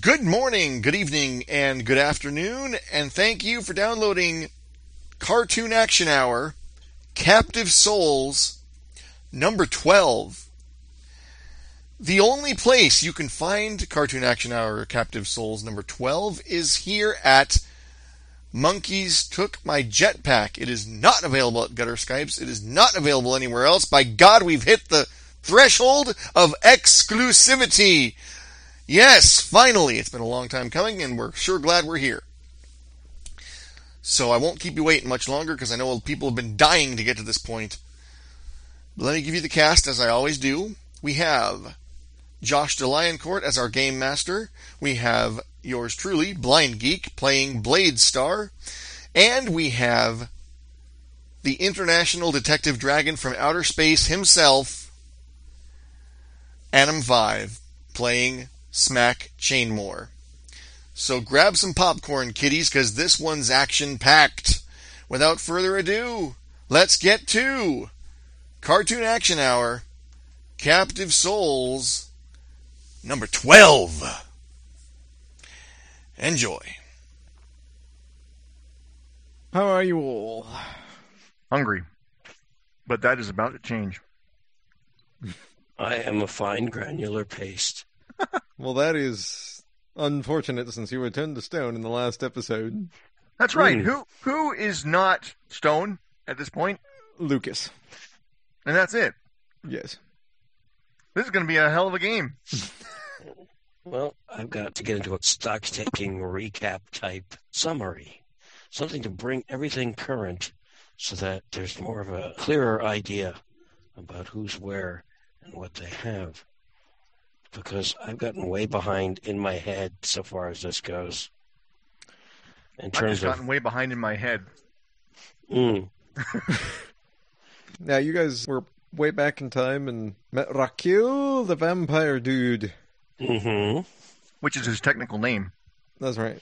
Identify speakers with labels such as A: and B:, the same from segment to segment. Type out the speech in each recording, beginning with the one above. A: Good morning, good evening, and good afternoon, and thank you for downloading Cartoon Action Hour Captive Souls number 12. The only place you can find Cartoon Action Hour Captive Souls number 12 is here at Monkeys Took My Jetpack. It is not available at Gutter Skypes, it is not available anywhere else. By God, we've hit the threshold of exclusivity. Yes, finally! It's been a long time coming, and we're sure glad we're here. So I won't keep you waiting much longer because I know people have been dying to get to this point. Let me give you the cast as I always do. We have Josh DeLioncourt as our game master. We have yours truly, Blind Geek, playing Blade Star. And we have the international detective dragon from outer space himself, Adam Five, playing Smack Chainmore. So grab some popcorn, kiddies, because this one's action packed. Without further ado, let's get to Cartoon Action Hour Captive Souls number 12. Enjoy.
B: How are you all?
C: Hungry. But that is about to change.
D: I am a fine granular paste.
B: Well, that is unfortunate since you were turned to stone in the last episode.
C: That's right.
D: Mm.
C: Who who is not stone at this point?
B: Lucas.
C: And that's it.
B: Yes.
C: This is going to be a hell of a game.
D: Well, I've got to get into a stock taking recap type summary, something to bring everything current so that there's more of a clearer idea about who's where and what they have. Because I've gotten way behind in my head so far as this goes. In
C: I've
D: terms
C: just
D: of.
C: gotten way behind in my head.
D: Mm,
B: Now, you guys were way back in time and met Rakil, the vampire dude.
D: hmm
C: Which is his technical name.
B: That's right.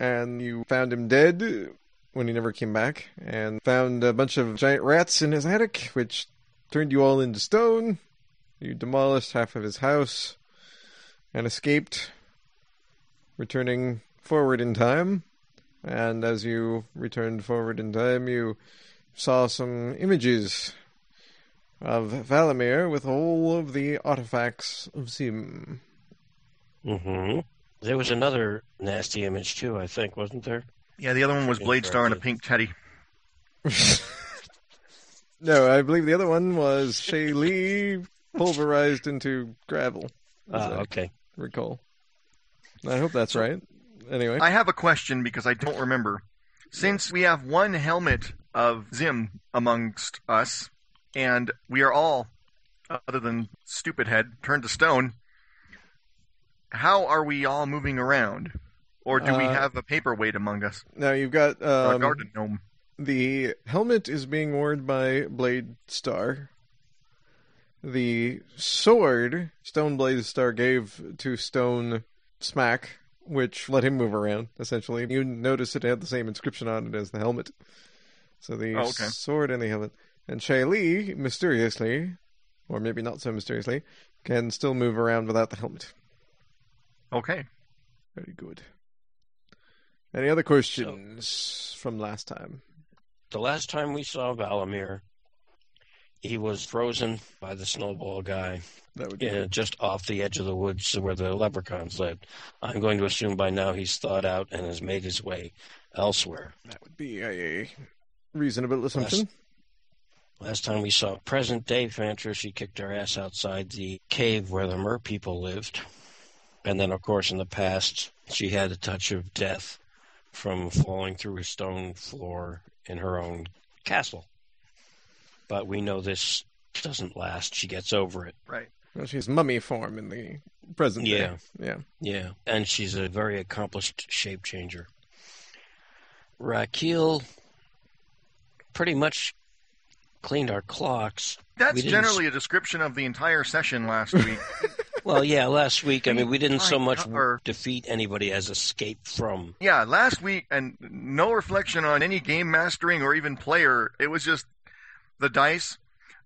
B: And you found him dead when he never came back, and found a bunch of giant rats in his attic, which turned you all into stone. You demolished half of his house and escaped, returning forward in time. And as you returned forward in time, you saw some images of Valimir with all of the artifacts of Sim.
D: hmm There was another nasty image too, I think, wasn't there?
C: Yeah, the other one was
D: Yeah,
C: Blade Star and a
D: correct.
C: pink teddy.
B: no, I believe the other one was Shay Lee pulverized into gravel. as
D: Ah,
B: I
D: okay.
B: recall. I hope that's right. Anyway,
C: I have a question because I don't remember. Since we have one helmet of Zim amongst us, and we are all, other than Stupid Head, turned to stone, how are we all moving around? Or do we
B: Uh,
C: have a paperweight among us?
B: now you've got
C: Or a
B: um,
C: garden gnome?
B: the helmet is being worn by Blade Star. The sword Stone Blade Star gave to Stone Smack, which let him move around. Essentially, you notice it had the same inscription on it as the helmet. So the
C: Oh, okay.
B: sword and the helmet, and Shaylee mysteriously, or maybe not so mysteriously, can still move around without the helmet.
C: Okay.
B: Very good. Any other questions from last time?
D: The last time we saw Valamir, he was frozen by the snowball guy,
B: That would
D: yeah, just off the edge of the woods where the leprechauns lived. I'm going to assume by now he's thawed out and has made his way elsewhere.
B: that would be a reasonable assumption.
D: Last time we saw present day Fancher, she kicked her ass outside the cave where the mer people lived. And then, of course, in the past, she had a touch of death from falling through a stone floor in her own castle. But we know this doesn't last. She gets over it.
B: Well, she's mummy form in the present day.
D: Yeah.
B: Yeah.
D: Yeah, and she's a very accomplished shape changer. Raquel pretty much cleaned our clocks.
C: That's
D: We didn't
C: generally a description of the entire session last week.
D: Well, yeah, last week, I mean, we didn't so
C: My
D: much
C: cover.
D: defeat anybody as escape from.
C: yeah, last week, and no reflection on any game mastering or even player. It was just the dice.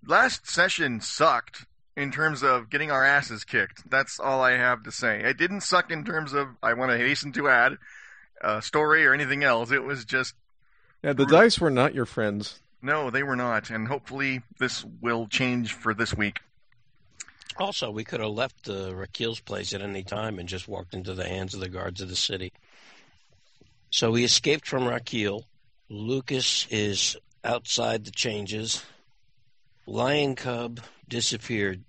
C: Last session sucked. in terms of getting our asses kicked. That's all I have to say. It didn't suck in terms of I want to hasten to add a story or anything else. It was just
B: Yeah, the
C: Right.
B: dice were not your friends.
C: no, they were not, and hopefully this will change for this week.
D: Also, we could have left the Raquel's place at any time and just walked into the hands of the guards of the city. So we escaped from Raquel. Lucas is outside the changes. Lion Cub disappeared.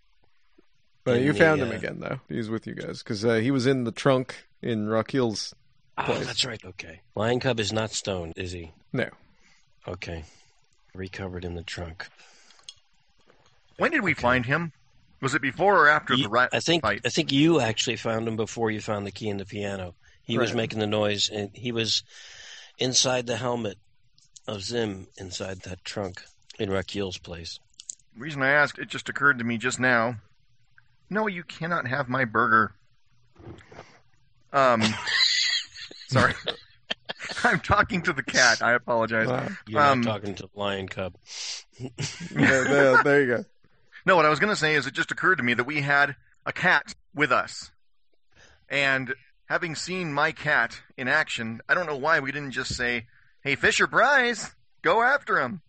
B: But
D: In
B: you
D: the,
B: found him
D: uh,
B: again, though. He's with you guys because uh, he was in the trunk in Raquel's.
D: Oh,
B: Place.
D: that's right. Okay. Lion Cub is not stoned, is he?
B: No.
D: Okay. Recovered in the trunk.
C: When did we
D: Okay.
C: find him? Was it before or after
D: You-
C: the rat
D: I think
C: fight?
D: I think you actually found him before you found the key in the piano. He was
B: Right.
D: making the noise, and he was inside the helmet of Zim inside that trunk in Raquel's place.
C: The reason I asked, it just occurred to me just now. No, you cannot have my burger. Um, sorry. I'm talking to the cat. I apologize.
B: Ah,
D: You're
C: Um,
D: not talking to Lion Cub.
B: there, there- there you go.
C: No, what I was going to say is it just occurred to me that we had a cat with us. And having seen my cat in action, I don't know why we didn't just say, hey, Fisher Prize, go after him.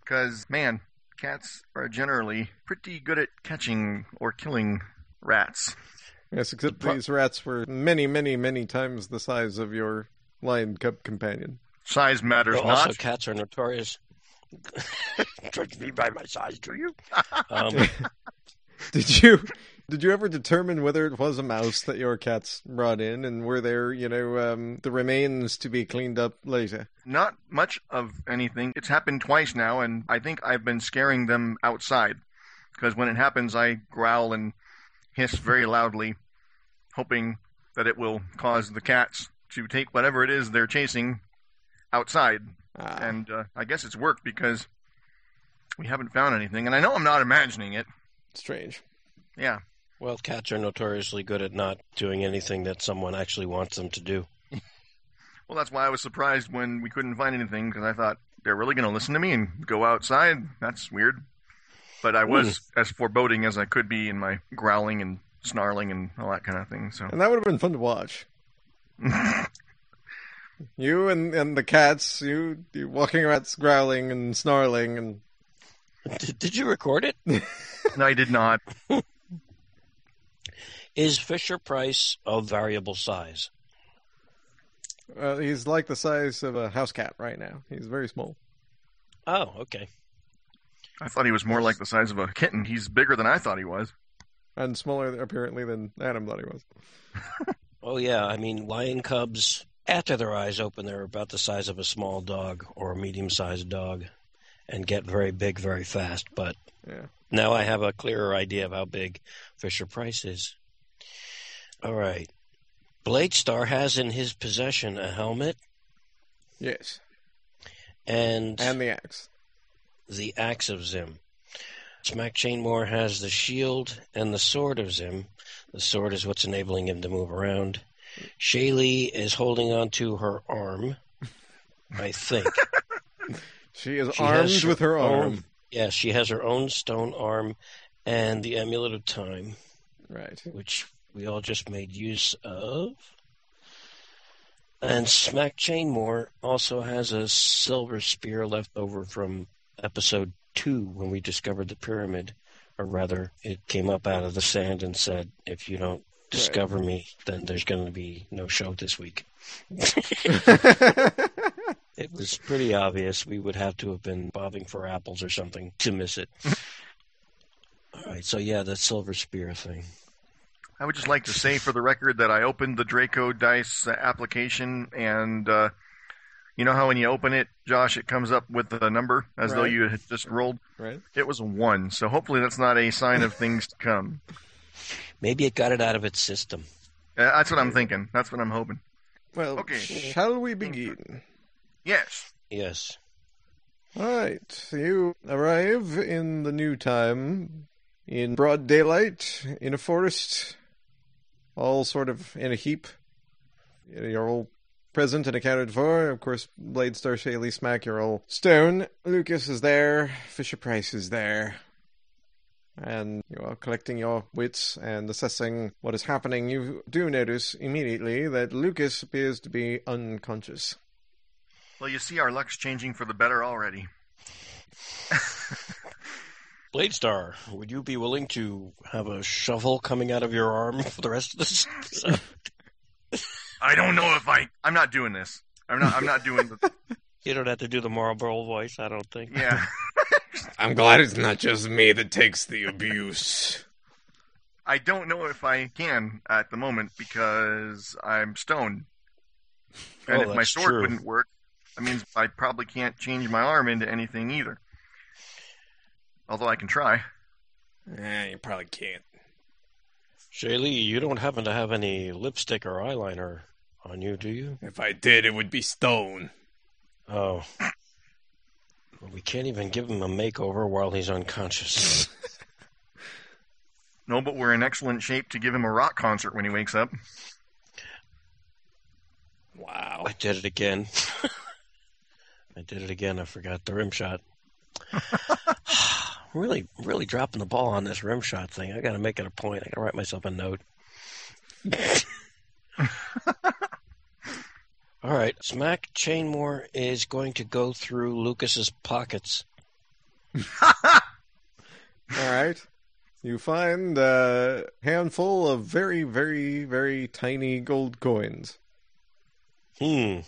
C: Because, man, cats are generally pretty good at catching or killing rats.
B: Yes, except these rats were many, many, many times the size of your lion cub companion.
C: Size matters
D: But also,
C: not.
D: cats are notorious. Judge me by my size, do you? Um,
B: Did you? Did you ever determine whether it was a mouse that your cats brought in, and were there, you know, um, the remains to be cleaned up later?
C: Not much of anything. It's happened twice now, and I think I've been scaring them outside. Because when it happens, I growl and hiss very loudly, hoping that it will cause the cats to take whatever it is they're chasing outside.
B: Ah.
C: And uh, I guess it's worked because we haven't found anything. And I know I'm not imagining it.
B: Strange.
C: Yeah.
D: well, cats are notoriously good at not doing anything that someone actually wants them to do.
C: Well, that's why I was surprised when we couldn't find anything because I thought they're really going to listen to me and go outside. That's weird. But I was as foreboding as I could be in my growling and snarling and all that kind of thing. So
B: And that would have been fun to watch. You and, and the cats, you, you walking around growling and snarling, and
D: Did, did you record it?
C: no, I did not.
D: Is Fisher Price of variable size?
B: uh, he's like the size of a house cat right now. He's very small.
D: Oh, okay.
C: I thought he was more like the size of a kitten. He's bigger than I thought he was.
B: And smaller, apparently, than Adam thought he was.
D: Oh yeah, I mean lion cubs after their eyes open they're about the size of a small dog or a medium-sized dog and get very big very fast, but
B: Yeah.
D: now I have a clearer idea of how big Fisher Price is. All right. Blade Star has in his possession a helmet
B: Yes.
D: and,
B: And the axe.
D: the axe of Zim. Smack Chainmore has the shield and the sword of Zim. The sword is what's enabling him to move around. Shaylee is holding onto her arm, I think.
B: She is
D: She
B: armed
D: has
B: with her arm.
D: own- yes, she has her own stone arm and the amulet of time,
B: Right.
D: which we all just made use of. And Smack Chainmore also has a silver spear left over from episode two when we discovered the pyramid. Or rather, it came up out of the sand and said, if you don't discover me, then there's going to be no show this week. It was pretty obvious we would have to have been bobbing for apples or something to miss it. All right, so yeah, that silver spear thing.
C: I would just like to say for the record that I opened the Draco Dice uh, application, and uh, you know how when you open it, Josh, it comes up with the number as though
B: Right.
C: you had just rolled.
B: right.
C: It was a one, so hopefully that's not a sign of things to come.
D: Maybe it got it out of its system.
C: Uh, that's what I'm thinking. That's what I'm hoping.
B: Well,
C: Okay.
B: shall we begin?
C: Yes.
D: Yes.
B: All right. So you arrive in the new time, in broad daylight, in a forest, all sort of in a heap. You're all present and accounted for. Of course, Blade Star Shaley Smack, you're all stone. Lucas is there. Fisher Price is there. and you are collecting your wits and assessing what is happening, you do notice immediately that Lucas appears to be unconscious.
C: Well, you see, our luck's changing for the better already.
D: Blade Star, would you be willing to have a shovel coming out of your arm for the rest of this? episode?
C: I don't know if I. I'm not doing this. I'm not. I'm not doing the.
D: you don't have to do the Marlboro voice, I don't think.
C: Yeah.
E: I'm glad it's not just me that takes the abuse.
C: I don't know if I can at the moment because I'm stoned. And
D: Oh,
C: if my
D: that's
C: sword
D: true.
C: wouldn't work, that means I probably can't change my arm into anything either. Although I can try.
E: Eh, you probably can't.
D: Shaylee, you don't happen to have any lipstick or eyeliner on you, do you?
E: If I did, it would be stone.
D: Oh. Well, we can't even give him a makeover while he's unconscious.
C: No, but we're in excellent shape to give him a rock concert when he wakes up.
E: Wow.
D: I did it again. I did it again. I forgot the rim shot. really, really dropping the ball on this rim shot thing. I got to make it a point. I got to write myself a note. All right, Smack Chainmore is going to go through Lucas's pockets.
B: All right. You find a handful of very, very, very tiny gold coins.
D: Hmm.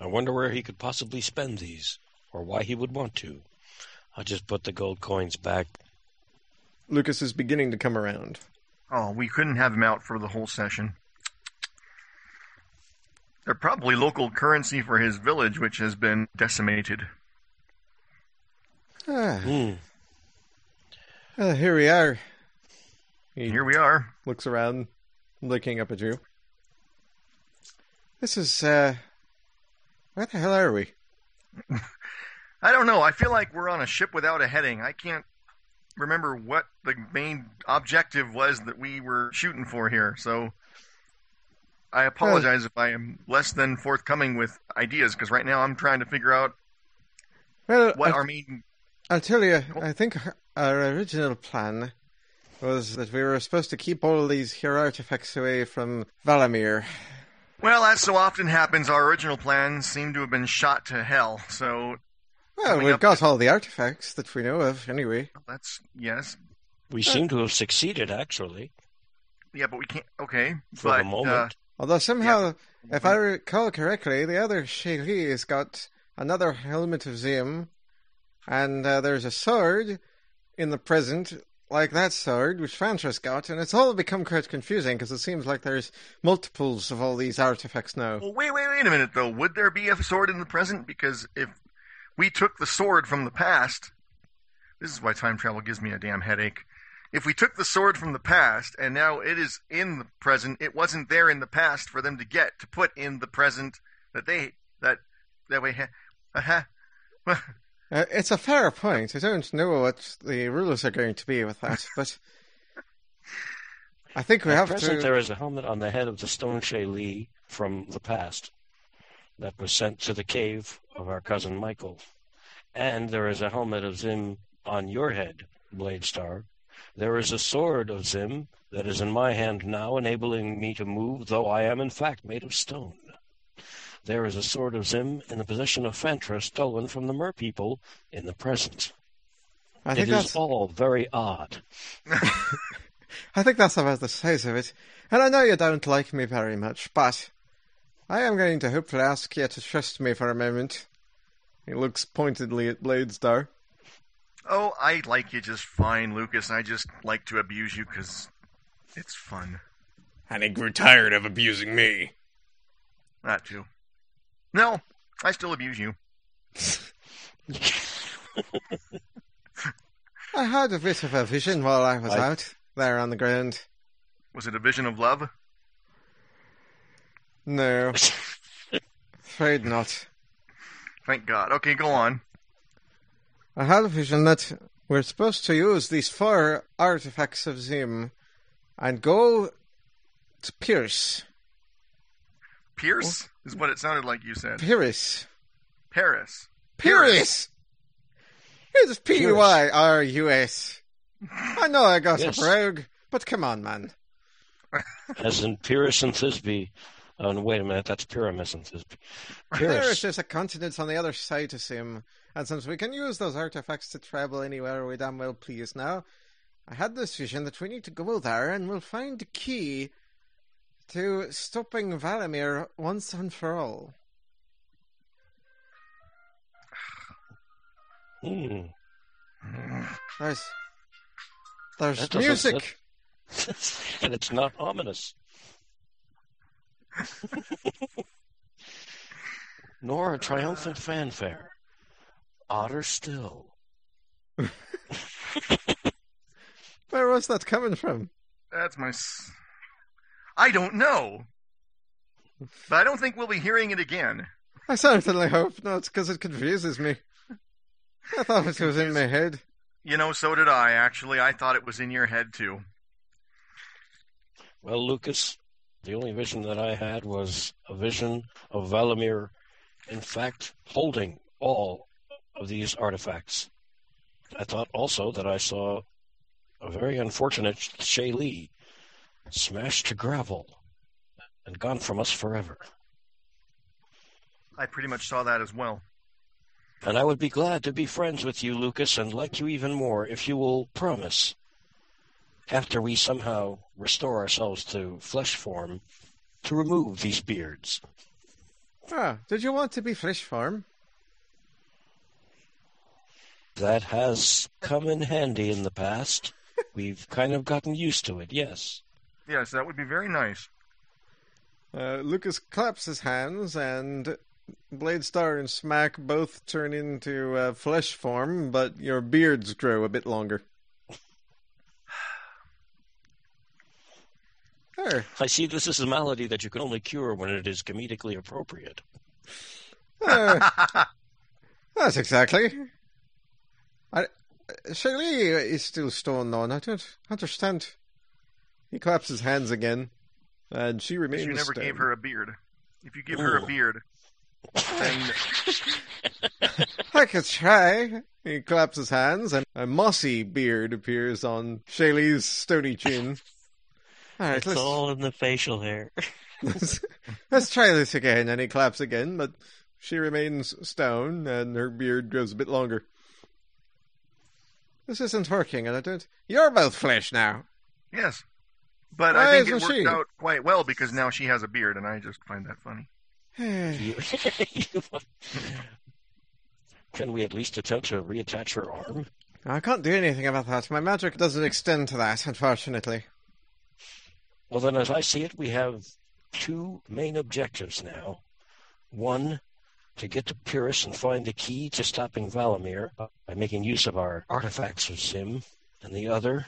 D: I wonder where he could possibly spend these, or why he would want to. I'll just put the gold coins back.
B: Lucas is beginning to come around.
C: Oh, we couldn't have him out for the whole session. They're probably local currency for his village, which has been decimated.
B: Ah,
D: Hmm.
B: ah, here we are. He
C: Here we are.
B: looks around, looking up at you. This is, uh. Where the hell are we?
C: I don't know. I feel like we're on a ship without a heading. I can't remember what the main objective was that we were shooting for here. So I apologize if I am less than forthcoming with ideas because right now I'm trying to figure out
B: Well,
C: what
B: I-
C: our main.
B: I'll tell you,
C: Oh.
B: I think our original plan was that we were supposed to keep all these here artifacts away from Valamir.
C: Well, as so often happens, our original plans seem to have been shot to hell. So
B: Well,
C: Coming
B: we've
C: up-
B: got all the artifacts that we know of, anyway.
C: that's yes,
D: We seem to have succeeded, actually,
C: yeah, but we can't. Okay,
D: for
C: but
D: the moment.
B: Although somehow,
C: uh,
B: if I recall correctly, the other Sheri has got another helmet of Zim, and uh, there's a sword in the present, like that sword, which Fantra's got, and it's all become quite confusing because it seems like there's multiples of all these artifacts now.
C: Well, wait, wait, wait a minute, though. Would there be a sword in the present? Because if we took the sword from the past, this is why time travel gives me a damn headache. If we took the sword from the past and now it is in the present, it wasn't there in the past for them to get to put in the present that they that that we ha- uh-huh.
B: Uh, it's a fair point. I don't know what the rules are going to be with that, but I think we
D: At
B: have
D: present,
B: to.
D: there is a helmet on the head of the stone Shaylee from the past that was sent to the cave of our cousin Michael. And there is a helmet of Zim on your head, Blade Star. There is a sword of Zim that is in my hand now, enabling me to move, though I am in fact made of stone. There is a sword of Zim in the possession of Phantra, stolen from the mer people in the present.
B: I
D: It
B: think
D: is
B: that's.
D: all very odd.
B: I think that's about the size of it. And I know you don't like me very much, but I am going to hopefully ask you to trust me for a moment. He looks pointedly at Bladestar.
C: Oh, I like you just fine, Lucas. I just like to abuse you because it's fun.
E: I think we're tired of abusing me.
C: That too. No, I still abuse you.
B: I had a bit of a vision while I was
D: I-
B: out there on the ground.
C: Was it a vision of love?
B: No, afraid not.
C: Thank God. Okay, go on.
B: I had a vision that we're supposed to use these four artifacts of Zim and go to Pierce.
C: Pierce is what it sounded like you said.
B: Pierce.
C: Paris.
B: Pierce! It's P Y R U S. I know I got
D: Yes.
B: a rogue, but come on, man.
D: As in Pyrrhus and Thisbe. Oh, no, wait a minute. That's Pyramus and Thisbe.
B: Paris
D: Pyrrhus.
B: is a continent on the other side of him, and since we can use those artifacts to travel anywhere we damn well please now, I had this vision that we need to go there and we'll find the key to stopping Valimir once and for all.
D: Hmm.
B: There's there's
D: That doesn't-
B: music.
D: that- Hmm. and it's not ominous. Nor a triumphant fanfare. Odder still.
B: Where was that coming from?
C: That's my. S- I don't know. But I don't think we'll be hearing it again.
B: I certainly hope not, because it confuses me. I thought it was in my head.
C: You know, so did I, actually. I thought it was in your head, too.
D: Well, Lucas, the only vision that I had was a vision of Valimir, in fact, holding all of these artifacts. I thought also that I saw a very unfortunate Shaylee smashed to gravel and gone from us forever.
C: I pretty much saw that as well.
D: And I would be glad to be friends with you, Lucas, and like you even more if you will promise, after we somehow restore ourselves to flesh form, to remove these beards.
B: Ah, did you want to be fish farm?
D: That has come in handy in the past. We've kind of gotten used to it, yes.
C: Yes, that would be very nice.
B: Uh, Lucas claps his hands, and Blade Star and Smack both turn into uh, flesh form, but your beards grow a bit longer. There.
D: I see this is a malady that you can only cure when it is comedically appropriate.
B: Uh, that's exactly. I, Shelley is still stunned on. I don't understand. He claps his hands again, and she remains.
C: you never
B: stunned.
C: gave her a beard. If you give her a
D: Ooh.
C: beard, then
B: I could try. He claps his hands, and a mossy beard appears on Shaylee's stony chin. All right,
F: It's
B: let's,
F: all in the facial hair.
B: let's let's try this again. And he claps again, but she remains stone, and her beard grows a bit longer. This isn't working, and I don't. You're both flesh now.
C: yes. But
B: Why
C: I think it
B: isn't
C: worked
B: she?
C: out quite well because now she has a beard, and I just find that funny.
D: You- you- can we at least attempt to reattach her arm?
B: I can't do anything about that. My magic doesn't extend to that, unfortunately.
D: Well, then, as I see it, we have two main objectives now. One, to get to Pyrrhus and find the key to stopping Valimir by making use of our artifacts of Sim. And the other,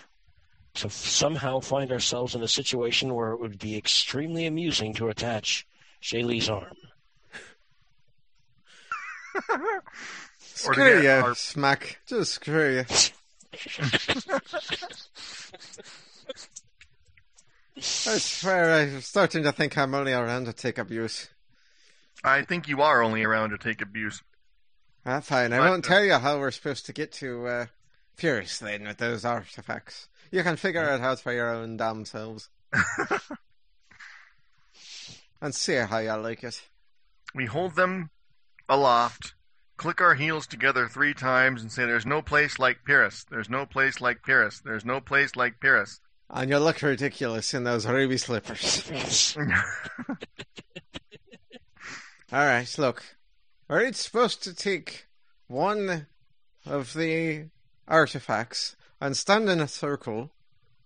D: to f- somehow find ourselves in a situation where it would be extremely amusing to attach Shaylee's arm.
C: Or to
B: Screw
C: get
B: you,
C: our-
B: smack. Just screw you. I swear, I'm starting to think I'm only around to take abuse.
C: I think you are only around to take abuse.
B: Ah, fine. I
C: Right,
B: won't
C: uh,
B: tell you how we're supposed to get to uh, Pyrrhus then with those artifacts. You can figure it out for your own damn selves. and see how you like it.
C: We hold them aloft, click our heels together three times, and say, There's no place like Pyrrhus. There's no place like Pyrrhus. There's no place like Pyrrhus.
B: And you look ridiculous in those ruby slippers. All right, look. Are it supposed to take one of the artifacts and stand in a circle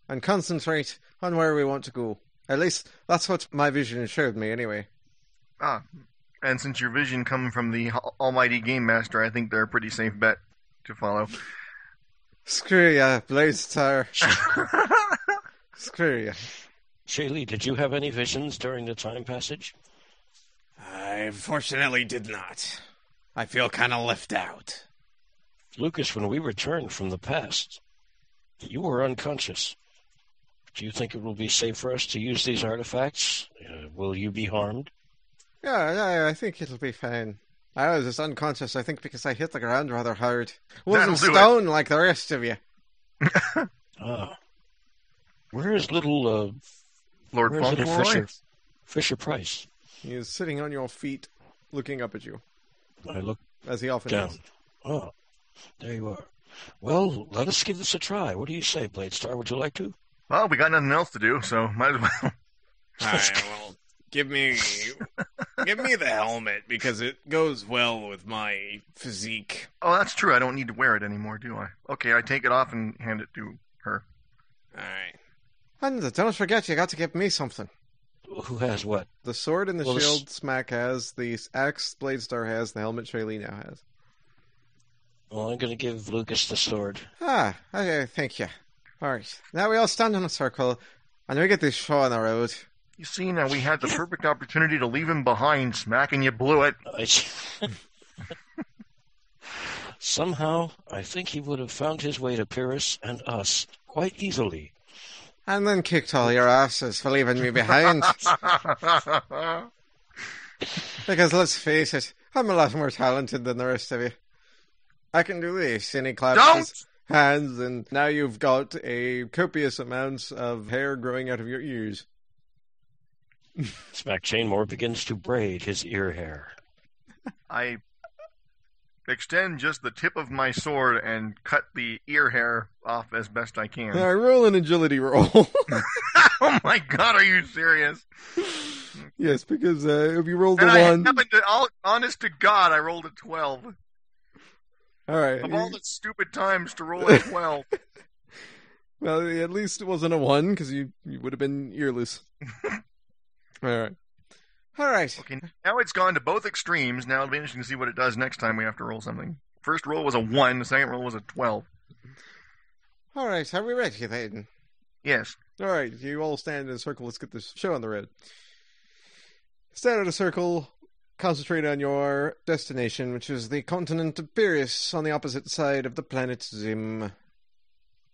B: and concentrate on where we want to go? At least that's what my vision showed me, anyway.
C: ah, and since your vision come from the al- almighty Game Master, I think they're a pretty safe bet to follow.
B: Screw ya, Blade Star. Screw ya.
D: Shaylee, did you have any visions during the time passage?
E: I fortunately did not. I feel kind of left out.
D: Lucas, when we returned from the past, you were unconscious. Do you think it will be safe for us to use these artifacts? Uh, will you be harmed?
B: Yeah, yeah, I think it'll be fine. I was just unconscious, I think, because I hit the ground rather hard. Wasn't
C: That'll do it.
B: stone like the rest of you.
D: Ah. Where is little uh,
C: Lord
D: where's little
C: Fauntleroy.
D: Fisher Fisher Price?
B: He is sitting on your feet, looking up at you,
D: I look
B: as he often
D: down.
B: does.
D: Oh, there you are. Well, let us give this a try. What do you say, Blade Star? Would you like to?
C: Well, we got nothing else to do, so might as well.
E: Alright, well, give me, give me the helmet because it goes well with my physique.
C: Oh, that's true. I don't need to wear it anymore, do I? Okay, I take it off and hand it to her.
E: Alright.
B: Hansa, don't forget you got to give me something.
D: Who has what?
B: The sword and the
D: Well, the s-
B: shield Smack has, the axe Blade Star has, the helmet Shaili now has.
D: Well, I'm going to give Lucas the sword.
B: Ah, okay, thank you. Alright, now we all stand in a circle, and we get this show on the road.
C: You see, now we had the perfect opportunity to leave him behind, smack, and you blew it.
D: I... Somehow, I think he would have found his way to Pyrrhus and us quite easily.
B: And then kicked all your asses for leaving me behind. because let's face it, I'm a lot more talented than the rest of you. I can do this. And he claps his hands, and now you've got a copious amount of hair growing out of your ears.
D: Smack Chainmore begins to braid his ear hair.
C: I extend just the tip of my sword and cut the ear hair off as best I can.
B: Now roll an agility roll.
C: oh my god, are you serious?
B: yes, because uh, if you rolled a
C: and I
B: one,
C: happened to, all, honest to god, I rolled a 12.
B: all right.
C: Of all the stupid times to roll a 12.
B: Well, at least it wasn't a one because you you would have been earless. all right, all right.
C: Okay, now it's gone to both extremes. Now it'll be interesting to see what it does next time we have to roll something. First roll was a 1, the second roll was a 12.
B: All right, are we ready then?
C: Yes.
B: All right, you all stand in a circle. Let's get this show on the road. Stand in a circle. Concentrate on your destination, which is the continent of Pyrrhus on the opposite side of the planet Zim.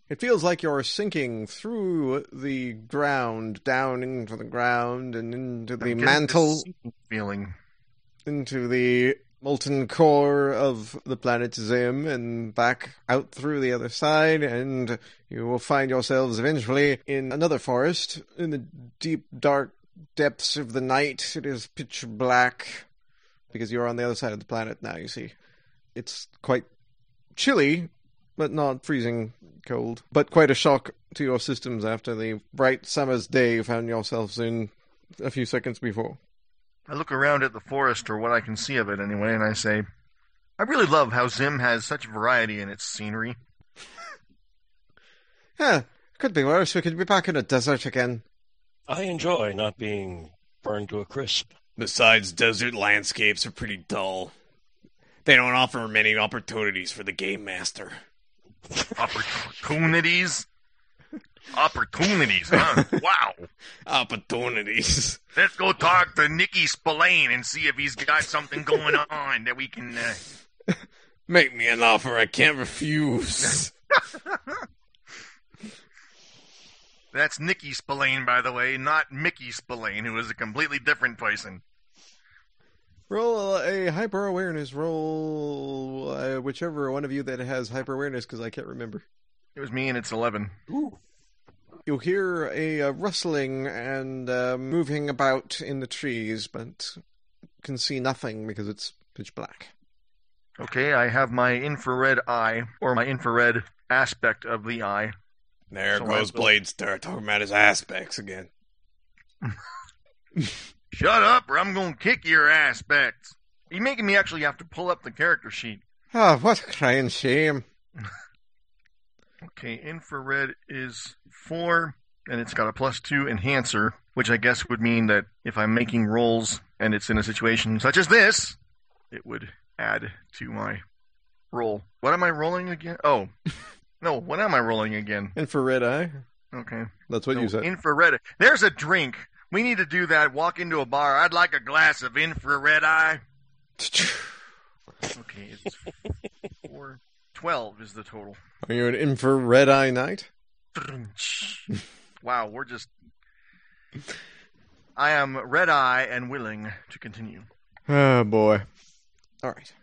B: It feels like you're sinking through the ground, down into the ground, and into the
C: I'm getting
B: mantle,
C: this feeling.
B: into the molten core of the planet Zim and back out through the other side, and you will find yourselves eventually in another forest in the deep, dark depths of the night. It is pitch black because you're on the other side of the planet now, you see. It's quite chilly, but not freezing cold, but quite a shock to your systems after the bright summer's day you found yourselves in a few seconds before.
C: I look around at the forest, or what I can see of it anyway, and I say, I really love how Zim has such variety in its scenery.
B: Yeah, could be worse. We could be back in a desert again.
D: I enjoy not being burned to a crisp.
E: Besides, desert landscapes are pretty dull. They don't offer many opportunities for the game master.
C: Opportunities? Opportunities, huh? wow.
E: Opportunities.
C: Let's go talk to Nicky Spillane and see if he's got something going on that we can. Uh...
E: Make me an offer I can't refuse.
C: That's Nicky Spillane, by the way, not Mickey Spillane, who is a completely different person.
B: Roll a hyper awareness roll, uh, whichever one of you that has hyper awareness, because I can't remember.
C: It was me, and it's 11.
D: Ooh.
B: You hear a uh, rustling and uh, moving about in the trees, but can see nothing because it's pitch black.
C: Okay, I have my infrared eye, or my infrared aspect of the eye.
E: there
C: So I
E: goes
C: will-
E: Blade Star talking about his aspects again.
C: Shut up, or I'm going to kick your aspects. You're making me actually have to pull up the character sheet.
B: Ah, what a crying shame.
C: Okay, infrared is 4, and it's got a plus 2 enhancer, which I guess would mean that if I'm making rolls and it's in a situation such as this, it would add to my roll. What am I rolling again? Oh, no, what am I rolling again?
B: Infrared eye?
C: Okay.
B: That's what you
C: So
B: said.
C: Infrared. There's a drink. We need to do that. Walk into a bar. I'd like a glass of infrared eye. Okay, it's four. Twelve is the total.
B: Are you an infrared eye knight?
C: Wow, we're just. I am red eye and willing to continue.
B: Oh boy. Alright.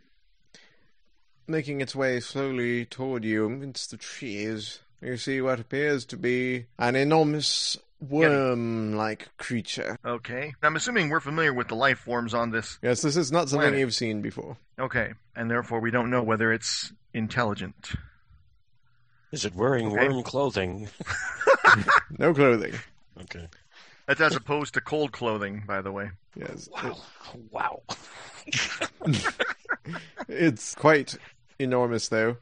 B: Making its way slowly toward you amidst the trees, you see what appears to be an enormous worm like creature.
C: Okay. I'm assuming we're familiar with the life forms on this.
B: Yes, this is not something
C: Planet.
B: you've seen before.
C: Okay. And therefore, we don't know whether it's intelligent.
D: Is it wearing
C: Okay.
D: worm clothing?
B: No clothing.
D: Okay.
C: That's as opposed to cold clothing, by the way.
B: Yes.
D: Wow. Wow.
B: It's quite enormous, though,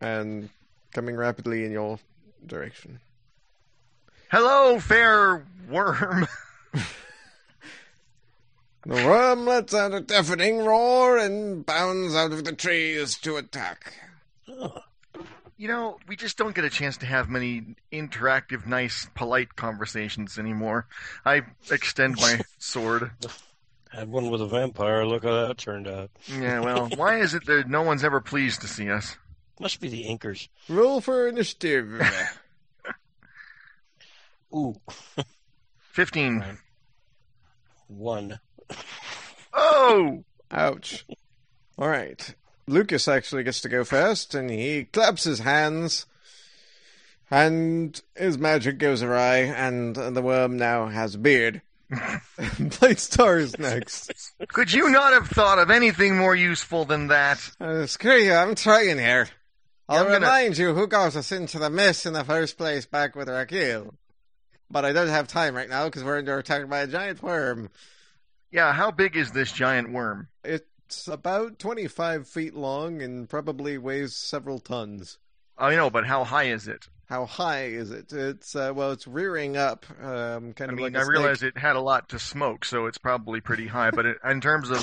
B: and coming rapidly in your direction.
C: Hello, fair worm.
B: The worm lets out a deafening roar and bounds out of the trees to attack.
D: Oh,
C: You know, we just don't get a chance to have many interactive, nice, polite conversations anymore. I extend my sword.
D: had one with a vampire. Look how that turned out.
C: Yeah, well, why is it that no one's ever pleased to see us?
D: Must be the inkers.
B: Roll for initiative.
D: Ooh,
C: 15.
D: one.
C: Oh!
B: Ouch. All right. Lucas actually gets to go first, and he claps his hands, and his magic goes awry, and the worm now has a beard. Blade Star is next.
C: Could you not have thought of anything more useful than that?
B: Uh, screw you, I'm trying here. I'll
C: I'm gonna-
B: remind you who got us into the mess in the first place back with Raquel. But I don't have time right now because we're under attack by a giant worm.
C: Yeah, how big is this giant worm?
B: It's about 25 feet long and probably weighs several tons.
C: I know, but how high is it?
B: How high is it? It's, uh, well, it's rearing up, um, kind
C: I
B: of
C: mean,
B: like a
C: I realize
B: snake.
C: it had a lot to smoke, so it's probably pretty high, but it, in terms of.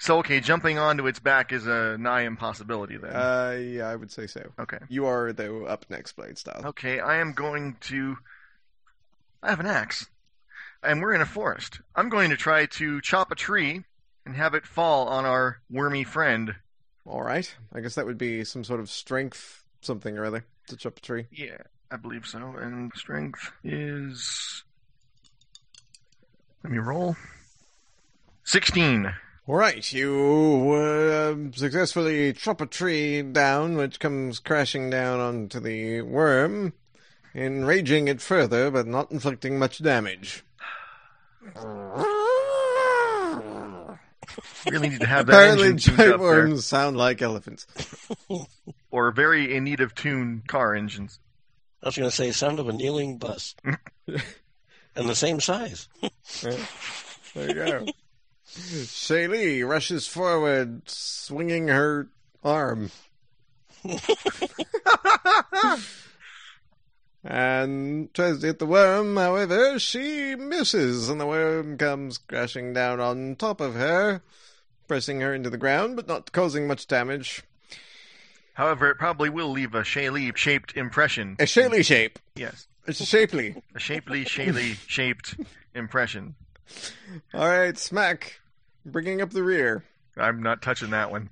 C: So, okay, jumping onto its back is a nigh impossibility then.
B: Uh, yeah, I would say so.
C: okay.
B: You are, though, up next, Blade Style.
C: Okay, I am going to. I have an axe, and we're in a forest. I'm going to try to chop a tree and have it fall on our wormy friend.
B: All right. I guess that would be some sort of strength something or other to chop a tree.
C: Yeah, I believe so. And strength is. Let me roll. 16.
B: All right, you um, successfully chop a tree down, which comes crashing down onto the worm, enraging it further, but not inflicting much damage.
C: Really need to have that
B: Apparently,
C: engine tuned
B: giant
C: up there.
B: worms sound like elephants.
C: Or very in need of tune car engines.
D: I was going to say, sound of a kneeling bus. and the same size.
B: There you go. Shaylee rushes forward, swinging her arm. and tries to hit the worm, however, she misses, and the worm comes crashing down on top of her, pressing her into the ground, but not causing much damage.
C: However, it probably will leave a Shaylee shaped impression.
B: A Shaylee shape.
C: Yes,
B: It's a shapely.
C: a shapely Shaylee shaped impression.
B: All right, smack. Bringing up the rear.
C: I'm not touching that one.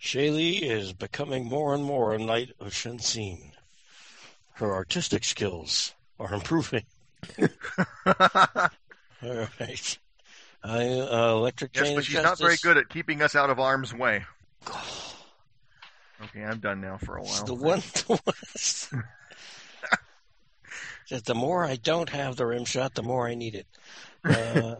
D: Shaylee is becoming more and more a knight of Shensin. Her artistic skills are improving. All right. I, uh, electric
C: Yes,
D: chain
C: but
D: of
C: she's not very
D: justice.
C: good at keeping us out of harm's way. Okay, I'm done now for a
D: It's
C: while.
D: the one. The, one- Just the more I don't have the rim shot, the more I need it. Uh,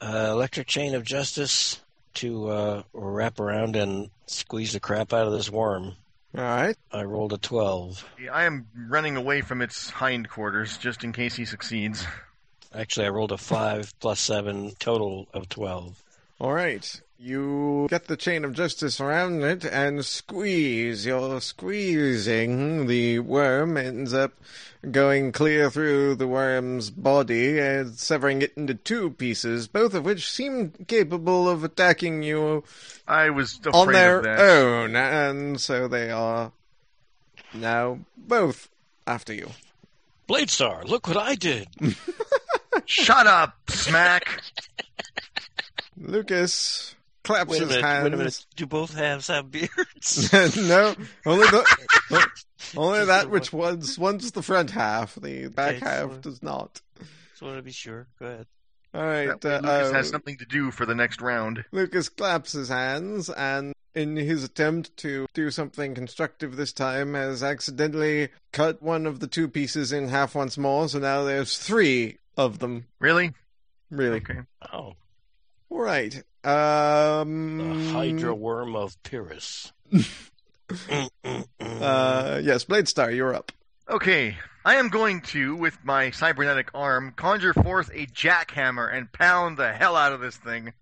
D: uh, electric chain of justice to uh, wrap around and squeeze the crap out of this worm.
B: All right.
D: I rolled a twelve.
C: I am running away from its hindquarters just in case he succeeds.
D: Actually, I rolled a five plus seven total of twelve.
B: All right. You get the chain of justice around it and squeeze. You're squeezing. The worm ends up going clear through the worm's body and severing it into two pieces, both of which seem capable of attacking you
C: I was afraid
B: on
C: of
B: their
C: that.
B: own, and so they are now both after you.
D: Blade Star, look what I did!
C: Shut up, smack!
B: Lucas claps
D: Wait a
B: his
D: minute,
B: hands.
D: wait a minute. Do both halves have beards?
B: no, only the only that which was once the front half. The back
D: Okay,
B: half
D: so-
B: does not.
D: Just want to be sure. Go ahead.
B: All right,
C: That way
B: uh,
C: Lucas
B: uh,
C: has something to do for the next round.
B: Lucas claps his hands and in his attempt to do something constructive this time, has accidentally cut one of the two pieces in half once more, so now there's three of them.
C: Really?
B: Really.
C: Okay.
D: Oh,
B: All right. Um,
D: the Hydra Worm of Pyrrhus. Mm, mm, mm.
B: Uh, yes, Blade Star, you're up.
C: Okay. I am going to, with my cybernetic arm, conjure forth a jackhammer and pound the hell out of this thing.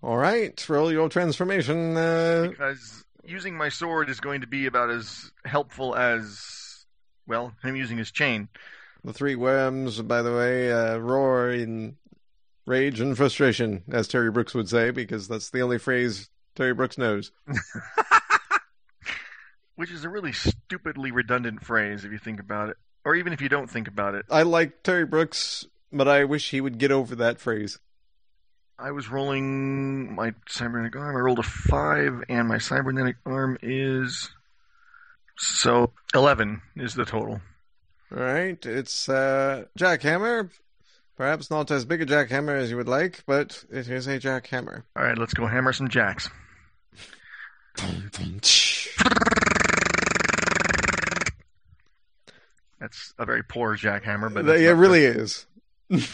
B: All right, roll your transformation. Uh,
C: because using my sword is going to be about as helpful as well him using his chain.
B: the three worms, by the way, uh, roar in rage and frustration, as Terry Brooks would say, because that's the only phrase Terry Brooks knows.
C: which is a really stupidly redundant phrase if you think about it, or even if you don't think about it.
B: I like Terry Brooks, but I wish he would get over that phrase.
C: I was rolling my cybernetic arm. I rolled a five, and my cybernetic arm is so eleven is the total.
B: All right, it's uh, jackhammer. Perhaps not as big a jackhammer as you would like, but it is a jackhammer.
C: All right, let's go hammer some jacks.
E: Um,
C: That's a very poor jackhammer, but that's
B: it
C: not
B: really is. very,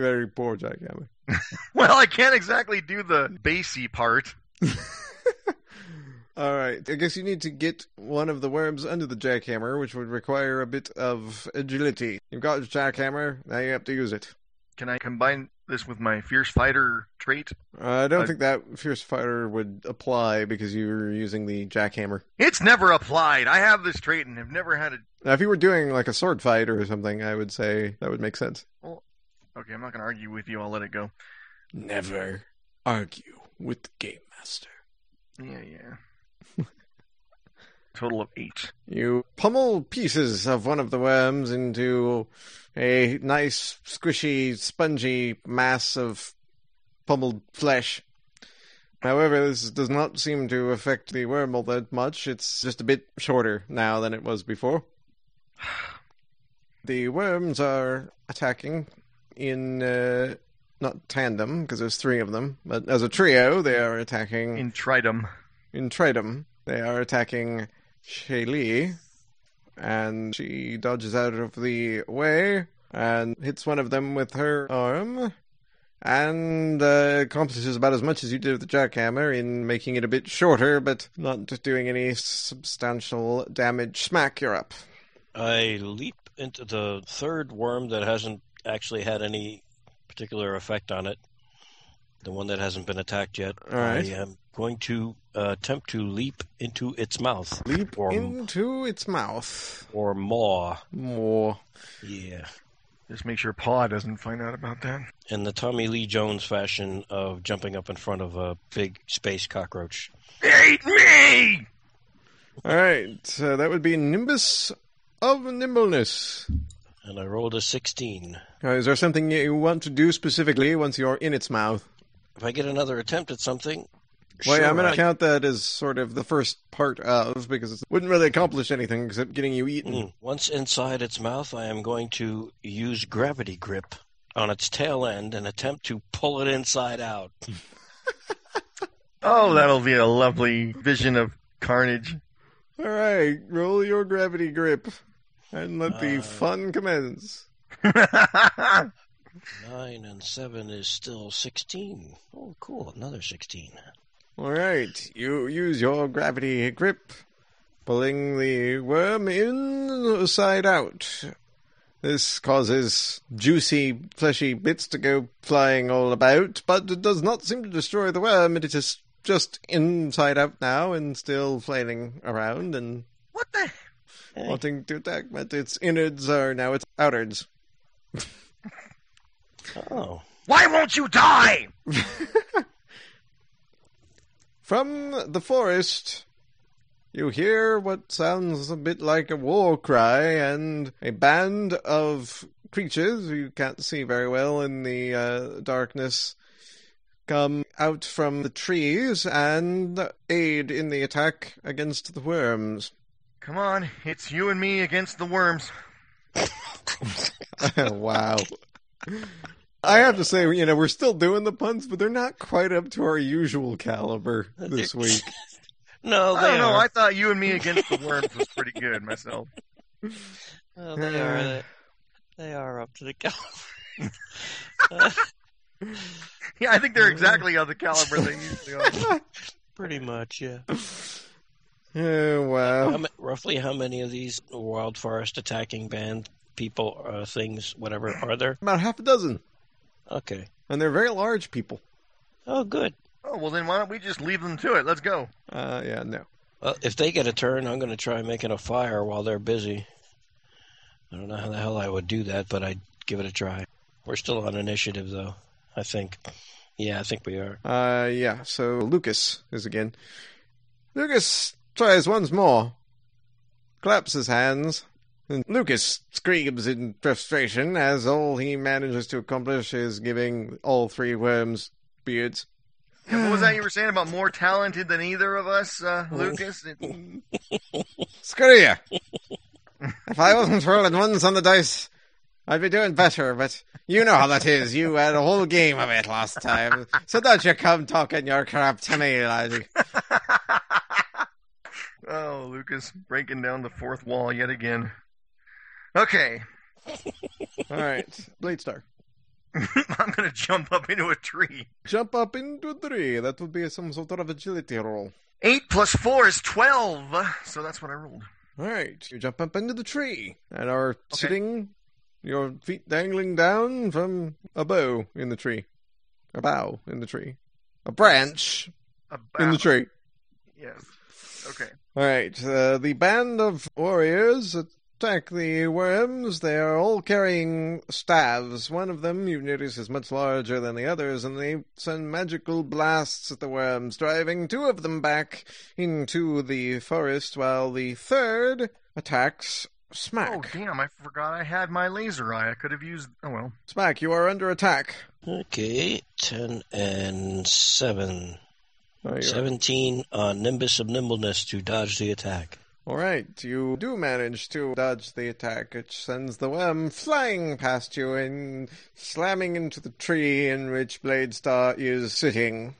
B: very poor jackhammer.
C: good. well, I can't exactly do the bassy part.
B: All right. I guess you need to get one of the worms under the jackhammer, which would require a bit of agility. You've got the jackhammer. Now you have to use it.
C: Can I combine this with my fierce fighter trait?
B: I don't
C: I-
B: think that fierce fighter would apply because you're using the jackhammer.
C: It's never applied. I have this trait and have never had it.
B: Now, if you were doing like a sword fight or something, I would say that would make sense.
C: Okay, I'm not going to argue with you. I'll let it go.
E: Never argue with the game master.
C: Yeah, yeah. Total of eight.
B: You pummel pieces of one of the worms into a nice, squishy, spongy mass of pummeled flesh. However, this does not seem to affect the worm all that much. It's just a bit shorter now than it was before. The worms are attacking in uh, not tandem because there's three of them, but as a trio, they are attacking
C: In Tritum.
B: in Tritum. They are attacking Shaylee, and she dodges out of the way and hits one of them with her arm, and uh, accomplishes about as much as you did with the jackhammer in making it a bit shorter, but not doing any substantial damage. Smack, you're up.
D: I leap into the third worm that hasn't actually had any particular effect on it, the one that hasn't been attacked yet.
B: All right.
D: I am going to uh, attempt to leap into its mouth.
B: Leap
D: or,
B: into its mouth.
D: or maw.
B: More.
D: Yeah.
C: Just make sure Paw doesn't find out about that.
D: In the Tommy Lee Jones fashion of jumping up in front of a big space cockroach.
C: Eat me!
B: All right, uh, that would be Nimbus of Nimbleness.
D: And I rolled a 16.
B: Uh, is there something you want to do specifically once you're in its mouth?
D: If I get another attempt at something.
B: Well,
D: sure,
B: I'm going
D: I-
B: to count that as sort of the first part of because it wouldn't really accomplish anything except getting you eaten.
D: Mm. Once inside its mouth, I am going to use gravity grip on its tail end and attempt to pull it inside out.
C: Oh, that'll be a lovely vision of carnage.
B: All right, roll your gravity grip and let the
D: Uh,
B: fun commence.
C: All
D: Nine and seven is still 16. Oh, cool. Another 16.
B: All right, you use your gravity grip, pulling the worm inside out. This causes juicy, fleshy bits to go flying all about, but it does not seem to destroy the worm. It is just inside out now and still flailing around and
C: What the?
B: wanting to attack, but its innards are now its outards.
D: Oh.
C: Why won't you die?
B: From the forest, you hear what sounds a bit like a war cry and a band of creatures who you can't see very well in the uh, darkness come out from the trees and aid in the attack against the worms.
C: Come on, it's you and me against the worms.
B: wow. I have to say, you know, we're still doing the puns, but they're not quite up to our usual caliber this week.
D: No,
C: I
D: they
C: don't know. Oh,
D: are.
C: I thought you and me against the worms was pretty good myself.
D: Oh, they are.
B: Uh.
D: They are up to the caliber.
C: Yeah, I think they're exactly of the caliber they usually are.
D: Pretty much, yeah.
B: Oh,
D: How
B: wow.
D: ma- roughly how many of these wild forest attacking band people, uh, things, whatever, are there?
B: About half a dozen.
D: Okay.
B: And they're very large people.
D: Oh, good.
C: Oh well, then why don't we just leave them to it? Let's go.
B: Uh, yeah, no.
D: Well, if they get a turn, I'm going to try making a fire while they're busy. I don't know how the hell I would do that, but I'd give it a try. We're still on initiative, though, I think. Yeah, I think we are.
B: Uh, yeah, so Lucas is again. Lucas tries once more, claps his hands, and Lucas screams in frustration as all he manages to accomplish is giving all three worms beards.
C: And what was that you were saying about more talented than either of us, uh,
B: Oh.
C: Lucas? It-
B: Screw you! if I wasn't rolling ones on the dice, I'd be doing better, but you know how that is. You had a whole game of it last time. So don't you come talking your crap to me, laddie.
C: oh, Lucas breaking down the fourth wall yet again. Okay,
B: Alright, Blade Star.
C: I'm gonna jump up into a tree.
B: Jump up into three. That would be some sort of agility roll.
C: Eight plus four is twelve, so that's what I rolled.
B: All right, you jump up into the tree and are
C: Okay.
B: sitting, your feet dangling down from a bow in the tree, a bough in the tree, a branch
C: About,
B: in the tree.
C: Yes. Okay.
B: All right, uh, the band of warriors attack the worms. They are all carrying staves. One of them, you notice, is much larger than the others, and they send magical blasts at the worms, driving two of them back into the forest, while the third attacks
C: Oh
B: Smack.
C: damn! I forgot I had my laser eye. I could have used. Oh well.
B: Smack, you are under attack.
D: Okay, 10 and 7.
B: Oh, you are-
D: 17 on Nimbus of Nimbleness to dodge the attack.
B: All right, you do manage to dodge the attack, which sends the worm flying past you and slamming into the tree in which Bladestar is sitting.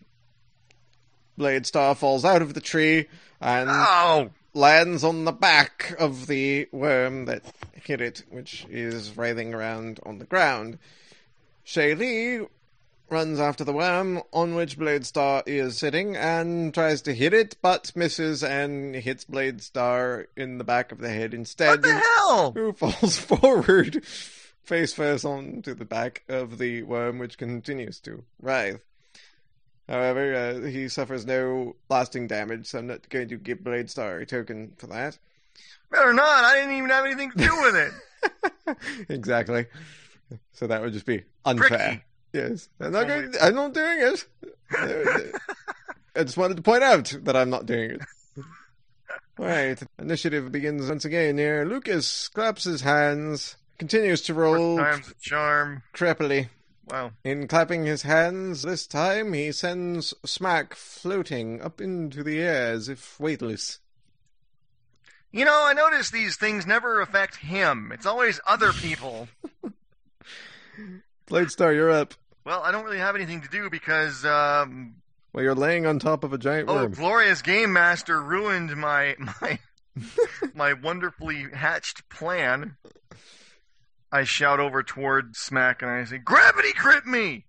B: Bladestar falls out of the tree and
C: Oh,
B: lands on the back of the worm that hit it, which is writhing around on the ground. Shaylee runs after the worm on which Bladestar is sitting and tries to hit it, but misses and hits Bladestar in the back of the head
C: what
B: instead,
C: the hell?
B: who falls forward face first onto the back of the worm, which continues to writhe. However, uh, he suffers no lasting damage, so I'm not going to give Bladestar a token for that.
C: Better not. I didn't even have anything to do with it.
B: exactly. So that would just be unfair.
C: Tricky.
B: Yes, I'm not,
C: one way
B: going, I'm not doing it. I just wanted to point out that I'm not doing it. All right, initiative begins once again here. Lucas claps his hands, continues to roll
C: Times a charm.
B: creepily.
C: Wow.
B: In clapping his hands, this time he sends Smack floating up into the air as if weightless.
C: You know, I notice these things never affect him. It's always other people.
B: Blade Star, you're up.
C: well, I don't really have anything to do because um,
B: Well, you're laying on top of a giant
C: oh,
B: worm.
C: glorious game master ruined my my my wonderfully hatched plan. I shout over toward Smack and I say, "Gravity crit me!"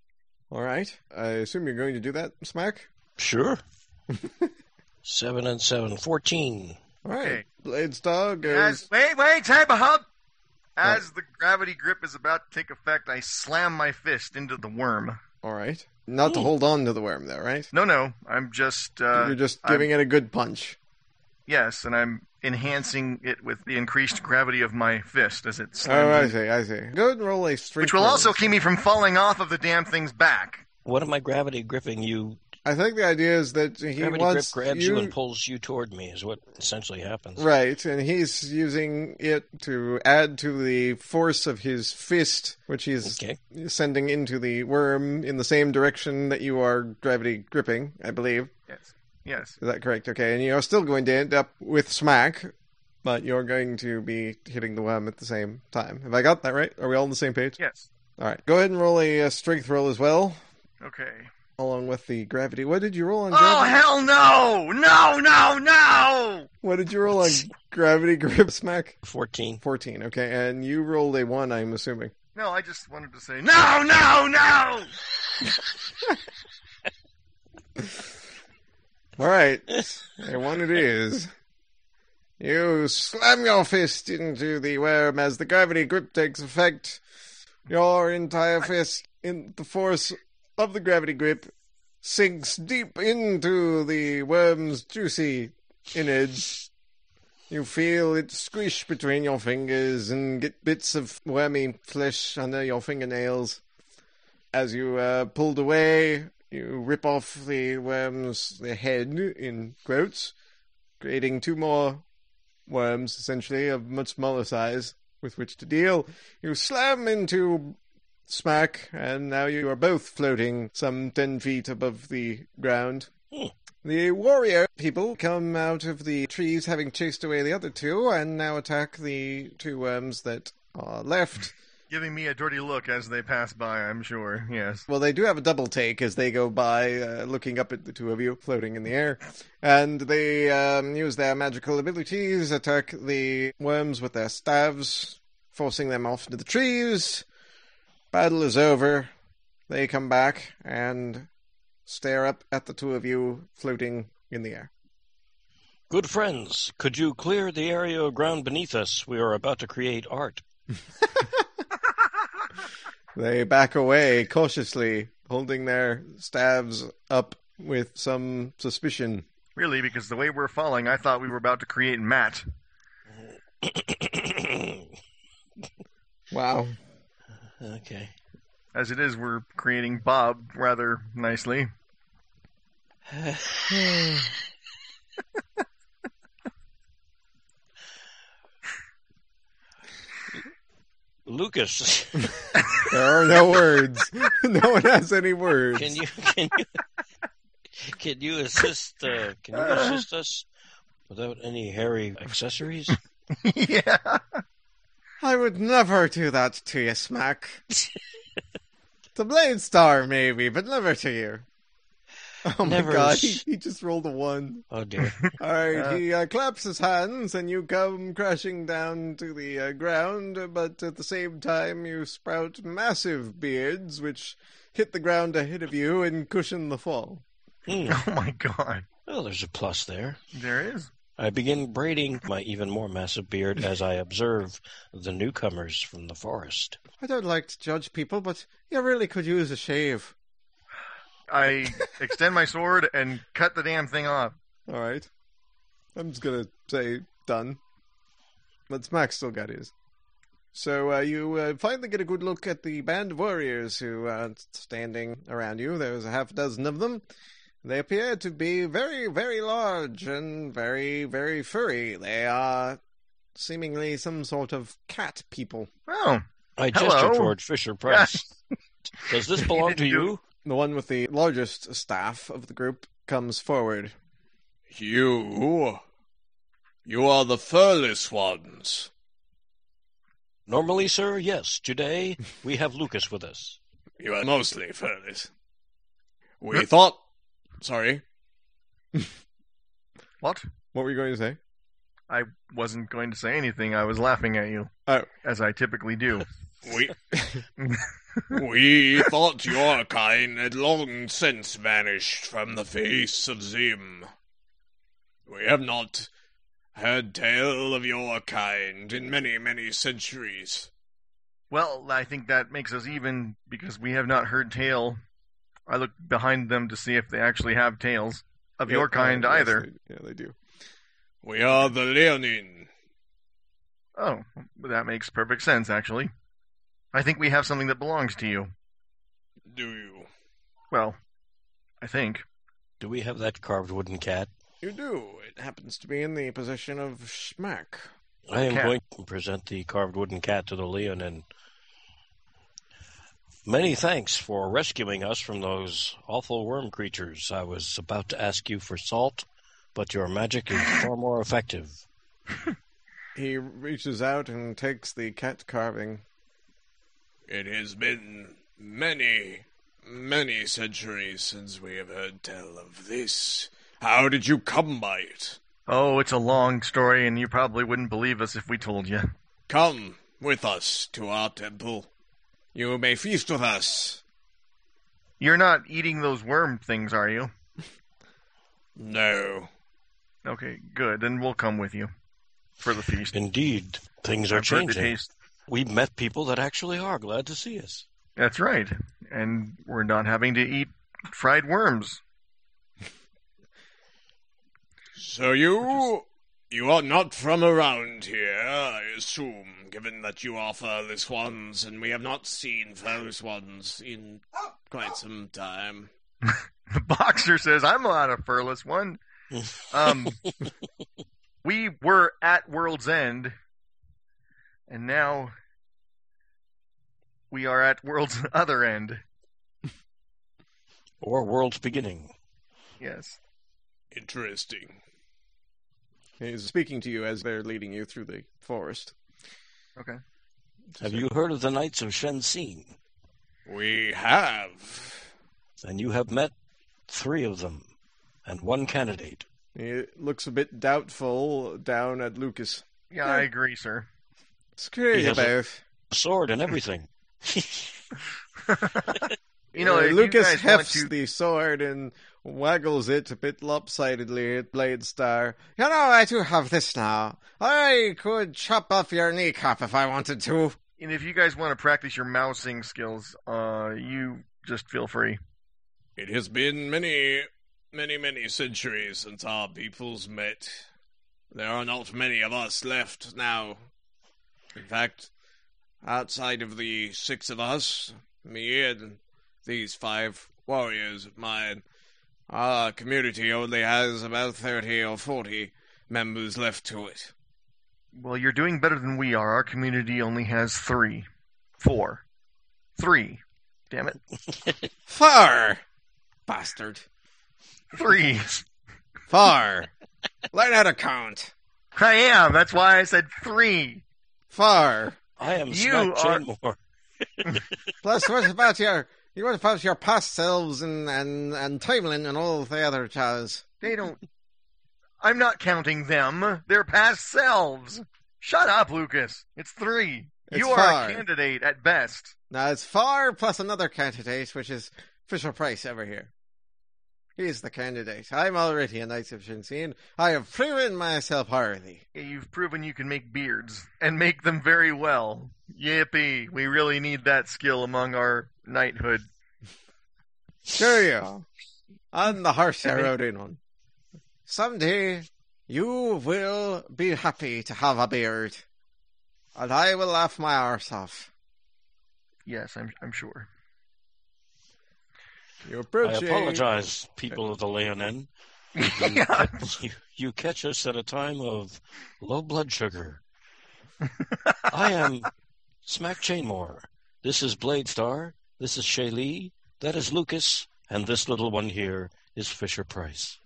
B: All right, I assume you're going to do that, Smack.
D: Sure. 7 and 7. 14.
B: All right.
C: Okay.
B: Blades Dog
C: As,
B: goes.
C: wait, wait, type a hub.
B: Oh.
C: As the gravity grip is about to take effect, I slam my fist into the worm.
B: All right. Not to
D: Ooh.
B: hold on to the worm, though, right?
C: No, no, I'm just uh,
B: You're just
C: I'm-
B: giving it a good punch.
C: Yes, and I'm enhancing it with the increased gravity of my fist as it slams,
B: Oh, I
C: in,
B: see. I see. Go and roll a strength.
C: which will
B: roll.
C: also keep me from falling off of the damn thing's back.
D: What am I gravity gripping you?
B: I think the idea is that he
D: Gravity grip
B: wants
D: grabs
B: you.
D: you and pulls you toward me, is what essentially happens.
B: Right, and he's using it to add to the force of his fist, which he's
D: Okay.
B: sending into the worm in the same direction that you are gravity gripping, I believe.
C: Yes, yes.
B: Is that correct? Okay, and you're still going to end up with smack, but you're going to be hitting the worm at the same time. Have I got that right? Are we all on the same page?
C: Yes.
B: All right, go ahead and roll a, uh strength roll as well,
C: Okay.
B: along with the gravity. What did you roll on?
C: Oh
B: Gravity?
C: hell no! No! No! No!
B: What did you roll on gravity grip smack?
D: 14.
B: Fourteen. Okay, and you rolled a one. I'm assuming.
C: No, I just wanted to say no! No! No!
B: All right, and one it is. You slam your fist into the worm as the gravity grip takes effect. Your entire fist, in the force of the gravity grip, sinks deep into the worm's juicy innards. You feel it squish between your fingers and get bits of wormy flesh under your fingernails. As you uh, pulled away, you rip off the worm's the head in quotes, creating two more worms, essentially of much smaller size, with which to deal. You slam into Smack, and now you are both floating some ten feet above the ground.
D: Hmm.
B: The warrior people come out of the trees, having chased away the other two, and now attack the two worms that are left.
C: Giving me a dirty look as they pass by, I'm sure. Yes.
B: Well, they do have a double take as they go by, uh, looking up at the two of you floating in the air. And they um, use their magical abilities, attack the worms with their staves, forcing them off into the trees. Battle is over. They come back and stare up at the two of you floating in the air.
D: Good friends, could you clear the area of ground beneath us? We are about to create art.
B: They back away cautiously, holding their staves up with some suspicion.
C: Really, because the way we're falling, I thought we were about to create Matt.
B: Wow.
D: okay.
C: As it is, we're creating Bob rather nicely.
D: Lucas,
B: There are no words. no one has any words.
D: can you can you can you assist uh, can you assist us without any hairy accessories?
C: yeah. Oh
B: I would never do that to you, Smack. to Blade Star, maybe, but never to you. Oh my
D: Never
B: god,
D: is-
B: he, he just rolled a one.
D: Oh dear.
B: Alright,
C: Uh.
B: he uh, claps his hands and you come crashing down to the uh, ground, but at the same time you sprout massive beards which hit the ground ahead of you and cushion the fall.
D: Hmm.
C: Oh my god.
D: Well, there's a plus there.
C: There is.
D: I begin braiding my even more massive beard as I observe the newcomers from the forest.
B: I don't like to judge people, but you really could use a shave.
C: I extend my sword and cut the damn thing off.
B: All right. I'm just gonna say done. But Smack still got his. So uh, you uh, finally get a good look at the band of warriors who are standing around you. There's a half dozen of them. They appear to be very, very large and very, very furry. They are seemingly some sort of cat people.
C: Oh,
D: I gesture
C: Hello.
D: toward Fisher Price. Does this belong to you?
B: The one with the largest staff of the group comes forward.
E: You. You are the furless ones.
D: Normally, sir, yes. Today, we have Lucas with us.
E: You are mostly furless. We thought. Sorry.
C: what?
B: What were you going to say?
C: I wasn't going to say anything. I was laughing at you.
B: Oh.
C: As I typically do.
E: We. we thought your kind had long since vanished from the face of Zim. We have not heard tale of your kind in many, many centuries.
C: Well, I think that makes us even because we have not heard tail. I look behind them to see if they actually have tails of your
B: Yeah, uh,
C: kind
B: yes,
C: either.
B: they- yeah, they do.
E: We are the Leonin.
C: Oh, well, that makes perfect sense, actually. I think we have something that belongs to you.
E: Do you?
C: Well, I think.
D: Do we have that carved wooden cat?
B: You do. It happens to be in the possession of Schmack.
D: I am
C: Cat.
D: going to present the carved wooden cat to the Leonin. Many thanks for rescuing us from those awful worm creatures. I was about to ask you for salt, but your magic is far more effective.
B: He reaches out and takes the cat carving.
E: It has been many, many centuries since we have heard tell of this. How did you come by it?
C: Oh, it's a long story, and you probably wouldn't believe us if we told you.
E: Come with us to our temple. You may feast with us.
C: You're not eating those worm things, are you?
E: No.
C: Okay, good. Then we'll come with you for the feast.
D: Indeed, things are
C: I've heard the
D: changing.
C: taste.
D: We've met people that actually are glad to see us.
C: That's right. And we're not having to eat fried worms.
E: So you. You are not from around here, I assume, given that you are furless ones, and we have not seen furless ones in quite some time.
C: The boxer says, I'm not a furless one. Um, we were at World's End, and now we are at World's Other End.
D: Or world's beginning.
C: Yes.
E: Interesting.
B: He's speaking to you as they're leading you through the forest.
D: Have you heard of the Knights of Shenxin?
E: We have.
D: Then you have met three of them and one candidate.
B: He looks a bit doubtful down at Lucas.
C: Yeah, I agree, sir.
B: Screw
D: He
B: you
D: has a-
B: both.
D: A sword and everything.
C: You know,
B: Uh,
C: if you
B: Lucas
C: guys want
B: hefts
C: to-
B: the sword and waggles it a bit lopsidedly at Blade Star. You know, I do have this now. I could chop off your kneecap if I wanted to.
C: And if you guys want to practice your mousing skills, uh, you just feel free.
E: It has been many, many, many centuries since our peoples met. There are not many of us left now. In fact, outside of the six of us, me and these five warriors of mine, our community only has about 30 or 40 members left to it.
C: Well, you're doing better than we are. Our community only has three, four, three. Damn it,
B: Far! Bastard.
C: three.
B: Far! Learn how to count.
C: I am. That's why I said three.
B: Far!
D: I am
C: You
D: Snack
C: are-
D: Chainmore.
B: Plus, what about your you what about your past selves and and and timeline and all the other jazz?
C: They don't. I'm not counting them. They're past selves. Shut up, Lucas. It's three.
B: It's
C: you are
B: five.
C: a candidate at best.
B: Now it's far plus another candidate, which is Fisher Price over here. He's the candidate. I'm already a Knight of Shinseen. I have proven myself worthy.
C: You've proven you can make beards and make them very well. Yippee! We really need that skill among our knighthood.
B: Sure you. On the horse I rode in on. Someday you will be happy to have a beard. And I will laugh my arse off.
C: Yes, I'm. I'm sure.
B: You
D: I
B: approach
D: apologize, people of the Leonin. You,
C: yeah.
D: catch- you- you catch us at a time of low blood sugar. I am Smack Chainmore. This is Blade Star. This is Shaylee. That is Lucas. And this little one here is Fisher Price.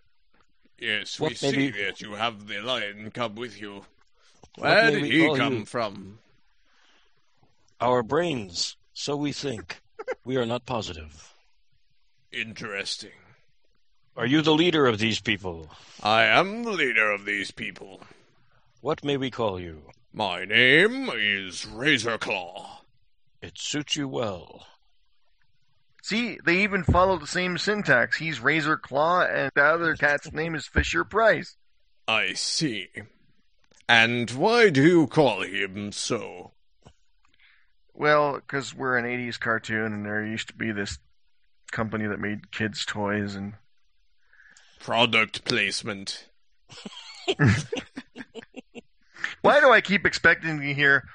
E: Yes, we
D: What may
E: see
D: be-
E: that you have the lion come with you.
D: What
E: Where
D: may
E: did
D: we
E: he
D: call
E: come
D: you?
E: from?
D: Our brains, so we think. we are not positive.
E: Interesting.
D: Are you the leader of these people?
E: I am the leader of these people.
D: What may we call you?
E: My name is Razorclaw.
D: It suits you well.
C: See, they even follow the same syntax. He's Razor Claw, and the other cat's name is Fisher Price.
E: I see. And why do you call him so?
C: Well, because we're an 80s cartoon, and there used to be this company that made kids' toys, and
E: Product placement.
C: why do I keep expecting to hear?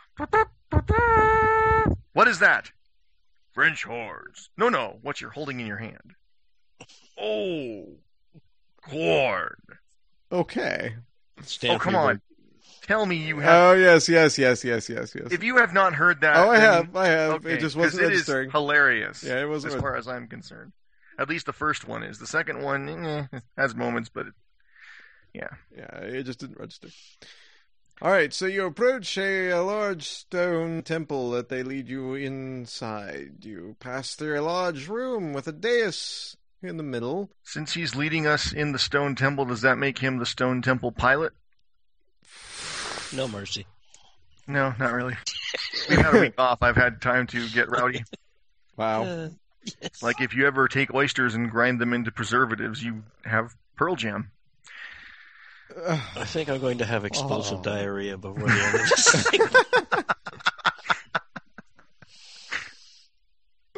C: What is that? French horns. No, no, what you're holding in your hand. Oh, corn.
B: Okay.
D: Stand
C: oh, come
D: for your-
C: on. Tell me you have.
B: Oh yes, yes, yes, yes, yes, yes.
C: if you have not heard that,
B: Oh, I
C: then
B: have, I have.
C: Okay,
B: it just
C: 'cause
B: wasn't
C: it is
B: registering.
C: hilarious.
B: Yeah, it wasn't.
C: as
B: reg-
C: far as I'm concerned. At least the first one is. The second one eh, has moments, but it,
B: yeah, it just didn't register. All right, so you approach a, a large stone temple that they lead you inside. You pass through a large room with a dais in the middle.
C: Since he's leading us in the stone temple, does that make him the stone temple pilot?
D: No mercy.
C: No, not really. We've had a week off. I've had time to get rowdy.
B: Wow.
D: Uh, yes.
C: Like if you ever take oysters and grind them into preservatives, you have pearl jam.
D: I think I'm going to have explosive
B: Oh.
D: diarrhea before the end of this thing.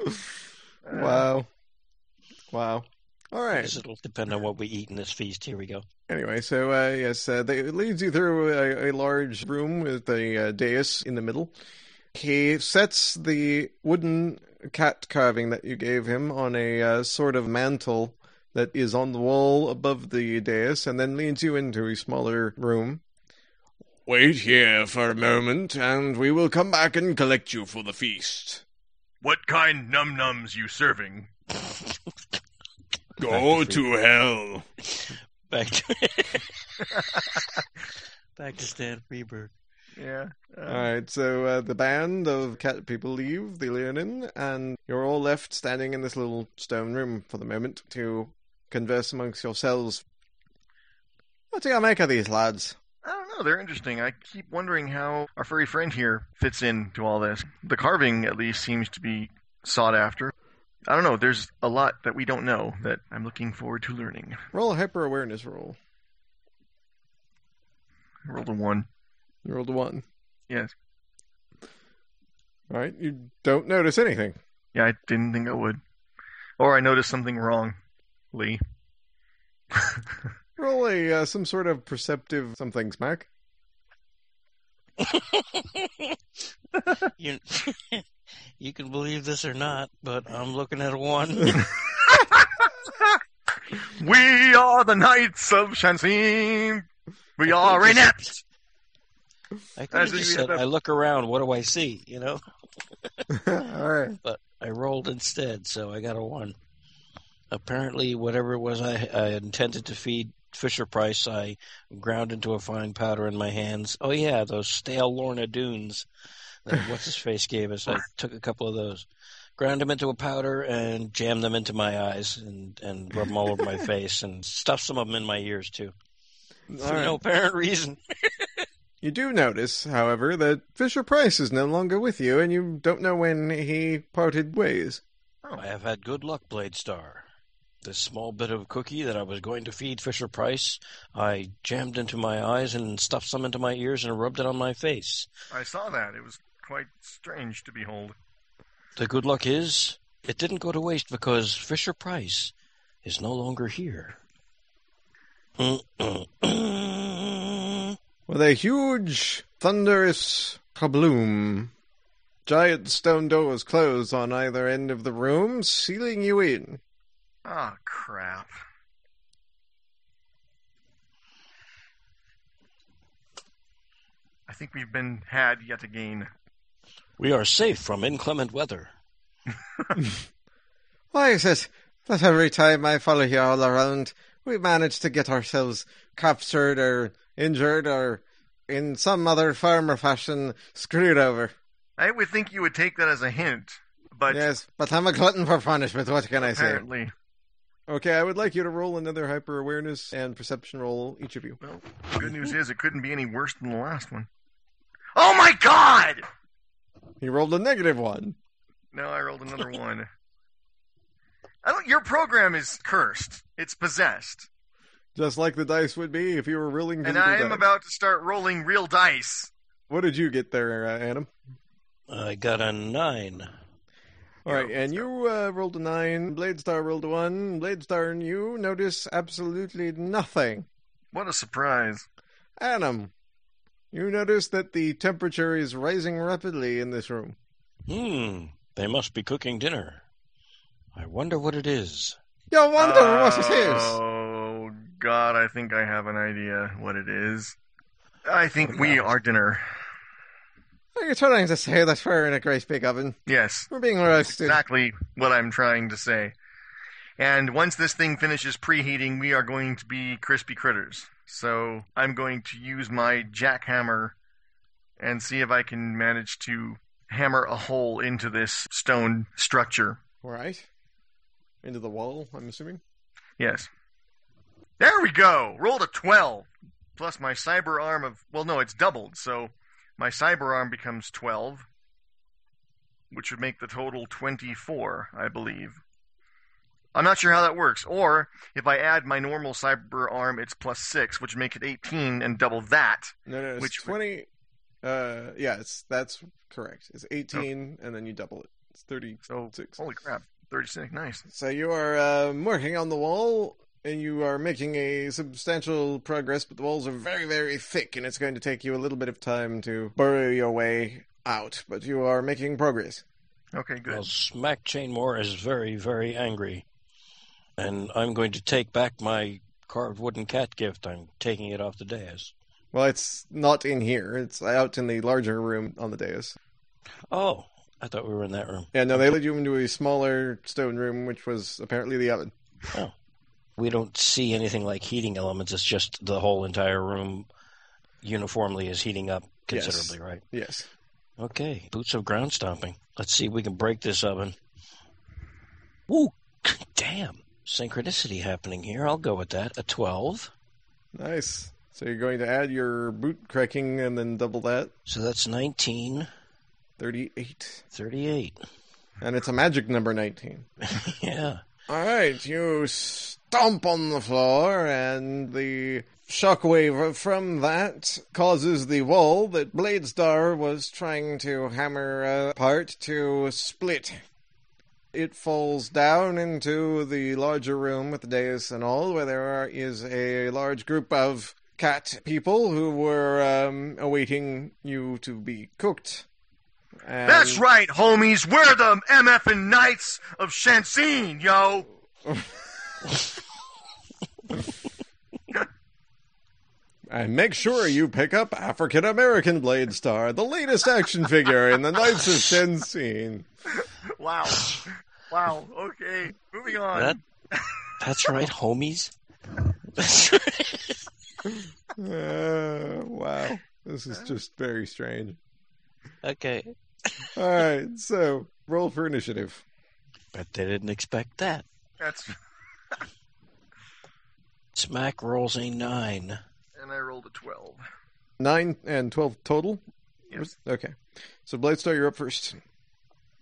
C: Uh,
B: wow. Wow. All right.
D: Because It'll depend on what we eat in this feast. Here we go.
B: Anyway, so uh, yes, uh, they, it leads you through a, a large room with a uh, dais in the middle. He sets the wooden cat carving that you gave him on a uh, sort of mantle that is on the wall above the dais, and then leads you into a smaller room.
E: Wait here for a moment, and we will come back and collect you for the feast.
C: What kind num nums you serving?
E: Go to hell.
D: Back to back to Stan Freeberg.
C: Yeah. uh,
B: All right, so uh, the band of cat people leave the Leonin, and you're all left standing in this little stone room for the moment to converse amongst yourselves. What do you make of these lads?
C: I don't know. They're interesting. I keep wondering how our furry friend here fits into all this. The carving, at least, seems to be sought after. I don't know. There's a lot that we don't know that I'm looking forward to learning.
B: Roll a hyper awareness roll.
C: I rolled a one.
B: You rolled a one.
C: Yes.
B: All right, you don't notice anything.
C: Yeah, I didn't think I would. Or I noticed something wrong, Lee.
B: Roll a uh, some sort of perceptive something smack.
D: You, you can believe this or not, but I'm looking at a one.
C: We are the Knights of Shansine. We are inept.
D: I could have
C: As if
D: just
C: you
D: said,
C: had a-
D: I look around, what do I see? You know?
B: all right.
D: I rolled instead, so I got a one. Apparently, whatever it was I, I intended to feed Fisher Price, I ground into a fine powder in my hands. Oh yeah, those stale Lorna Dunes that what's his face gave us. I took a couple of those, ground them into a powder, and jammed them into my eyes, and and rubbed them all over my face, and stuffed some of them in my ears too,
B: All
D: for
B: right.
D: no apparent reason.
B: You do notice, however, that Fisher Price is no longer with you, and you don't know when he parted ways.
C: Oh,
D: I have had good luck, Blade Star. This small bit of cookie that I was going to feed Fisher Price, I jammed into my eyes and stuffed some into my ears and rubbed it on my face.
C: I saw that. It was quite strange to behold.
D: The good luck is, it didn't go to waste because Fisher Price is no longer here.
B: With a huge, thunderous kabloom, giant stone doors close on either end of the room, sealing you in.
C: Ah, crap. I think we've been had yet again.
D: we are safe from inclement weather.
B: Why is it that every time I follow you all around, we manage to get ourselves captured or injured or, in some other form or fashion, screwed over?
C: I would think you would take that as a hint, but
B: yes, but I'm a glutton for punishment. What can I say?
C: apparently,
B: Okay, I would like you to roll another hyper awareness and perception roll, each of you.
C: well, the good news is it couldn't be any worse than the last one. Oh my god!
B: He rolled a negative one.
C: No, I rolled another one. I don't. Your program is cursed. It's possessed,
B: Just like the dice would be if you were rolling.
C: and
B: digital
C: I am
B: dice.
C: about to start rolling real dice.
B: What did you get there, uh, Adam?
D: I got a nine.
B: All right,
C: Yeah,
B: and you uh, rolled a nine. Bladestar rolled a one. Bladestar and you notice absolutely nothing.
C: What a surprise!
B: Adam, you notice that the temperature is rising rapidly in this room.
D: Hmm, they must be cooking dinner. I wonder what it is.
B: You wonder what it is.
C: Oh God, I think I have an idea what it is. I think we are dinner.
B: Are you trying to say that we're in a great big oven?
C: Yes,
B: We're being roasted.
C: exactly what I'm trying to say. And once this thing finishes preheating, we are going to be crispy critters. So I'm going to use my jackhammer and see if I can manage to hammer a hole into this stone structure.
B: All right. Into the wall, I'm assuming.
C: Yes. There we go. Rolled a 12. Plus my cyber arm of. Well, no, it's doubled. So my cyber arm becomes 12, which would make the total 24, I believe. I'm not sure how that works. Or if I add my normal cyber arm, it's plus 6, which makes it 18 and double that.
B: No, no, it's
C: Which would-
B: twenty. Uh, yeah, it's that's correct. It's eighteen, and then you double it. It's thirty-six.
C: So, holy crap. 36. Nice.
B: So you are uh, working on the wall, and you are making a substantial progress, but the walls are very, very thick, and it's going to take you a little bit of time to burrow your way out. But you are making progress.
C: Okay, good.
D: Well, Smack Chain Moore is very, very angry. And I'm going to take back my carved wooden cat gift. I'm taking it off the dais.
B: Well, it's not in here. It's out in the larger room on the dais.
D: Oh, I thought we were in that room.
B: Yeah, no, they led you into a smaller stone room, which was apparently the oven.
D: We don't see anything like heating elements. It's just the whole entire room uniformly is heating up
B: Yes.
D: considerably, right?
B: Yes.
D: Okay, boots of ground stomping. Let's see if we can break this oven. Woo! Damn! Synchronicity happening here. I'll go with that. A 12.
B: Nice. So you're going to add your boot cracking and then double that.
D: So that's 19,
B: 38.
D: 38.
B: And it's a magic number 19.
D: yeah.
B: All right, you stomp on the floor, and the shockwave from that causes the wall that Bladestar was trying to hammer apart to split. It falls down into the larger room with the dais and all, where there are, is a large group of cat people who were um, awaiting you to be cooked. And-
C: That's right, homies. We're the MF and Knights of Shansine, yo.
B: And make sure you pick up African American Blade Star, the latest action figure in the Knights of Shen scene.
C: Wow. Wow. Okay. Moving on.
D: That, that's right, homies.
B: Uh, wow. This is just very strange.
D: okay.
B: All right, so roll for initiative.
D: But they didn't expect that.
C: That's
D: Smack rolls a 9.
C: and I rolled a twelve.
B: Nine and 12 total?
C: Yes.
B: Okay. So, Blade Star, you're up first.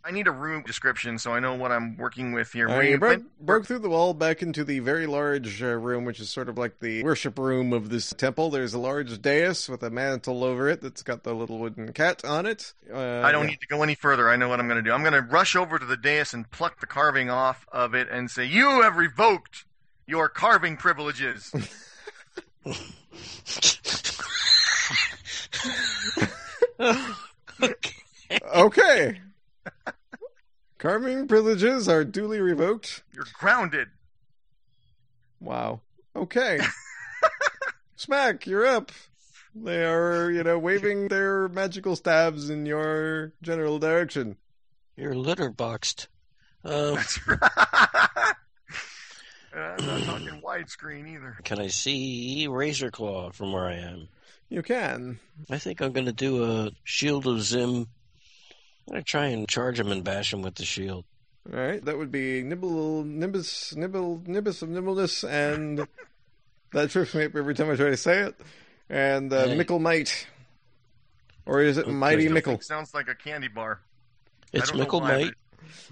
C: I need a room description so I know what I'm working with here.
B: Uh,
C: Wait,
B: you broke,
C: when-
B: broke through the wall back into the very large uh, room, which is sort of like the worship room of this temple. There's a large dais with a mantle over it that's got the little wooden cat on it. Uh,
C: I don't
B: yeah.
C: need to go any further. I know what I'm going to do. I'm going to rush over to the dais and pluck the carving off of it and say, "You have revoked your carving privileges."
B: Okay. Carving privileges are duly revoked.
C: You're grounded.
B: Wow. Okay. Smack, you're up. They are, you know, waving their magical staves in your general direction.
D: You're litter boxed. Um,
C: That's right. And I'm not talking widescreen either.
D: can I see Razor Claw from where I am?
B: You can.
D: I think I'm going to do a Shield of Zim. I'm going to try and charge him and bash him with the shield.
B: All right. That would be nibble, nimbus, nibble, nimbus of nimbleness, and that trips me up every time I try to say it. And uh,
D: Hey.
B: Mickle Might. Or is it
D: Okay.
B: Mighty Mickle?
C: It sounds like a candy bar.
D: It's
C: don't know
D: Mickle
C: why, but-
D: Might.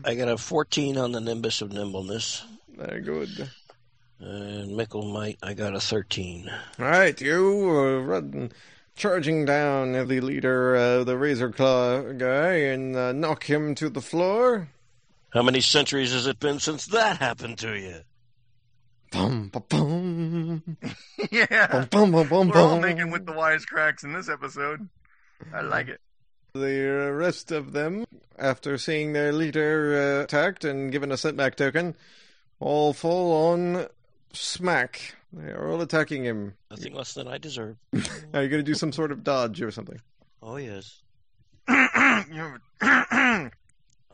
D: I got a 14 on the Nimbus of Nimbleness.
B: Very good.
D: And Mickle Might, I got a 13.
B: All right, you uh, run charging down at the leader, uh, the Razor Claw guy, and uh, knock him to the floor.
D: How many centuries has it been since that happened to you?
B: Bum, ba, bum. Bum,
C: yeah.
B: bum, bum, bum,
C: We're all
B: bum.
C: making with the wisecracks in this episode. I like it.
B: The rest of them, after seeing their leader uh, attacked and given a setback token, all fall on smack. They are all attacking him.
D: Nothing less than I deserve.
B: Are you going to do some sort of dodge or something?
D: Oh, yes.
C: you have a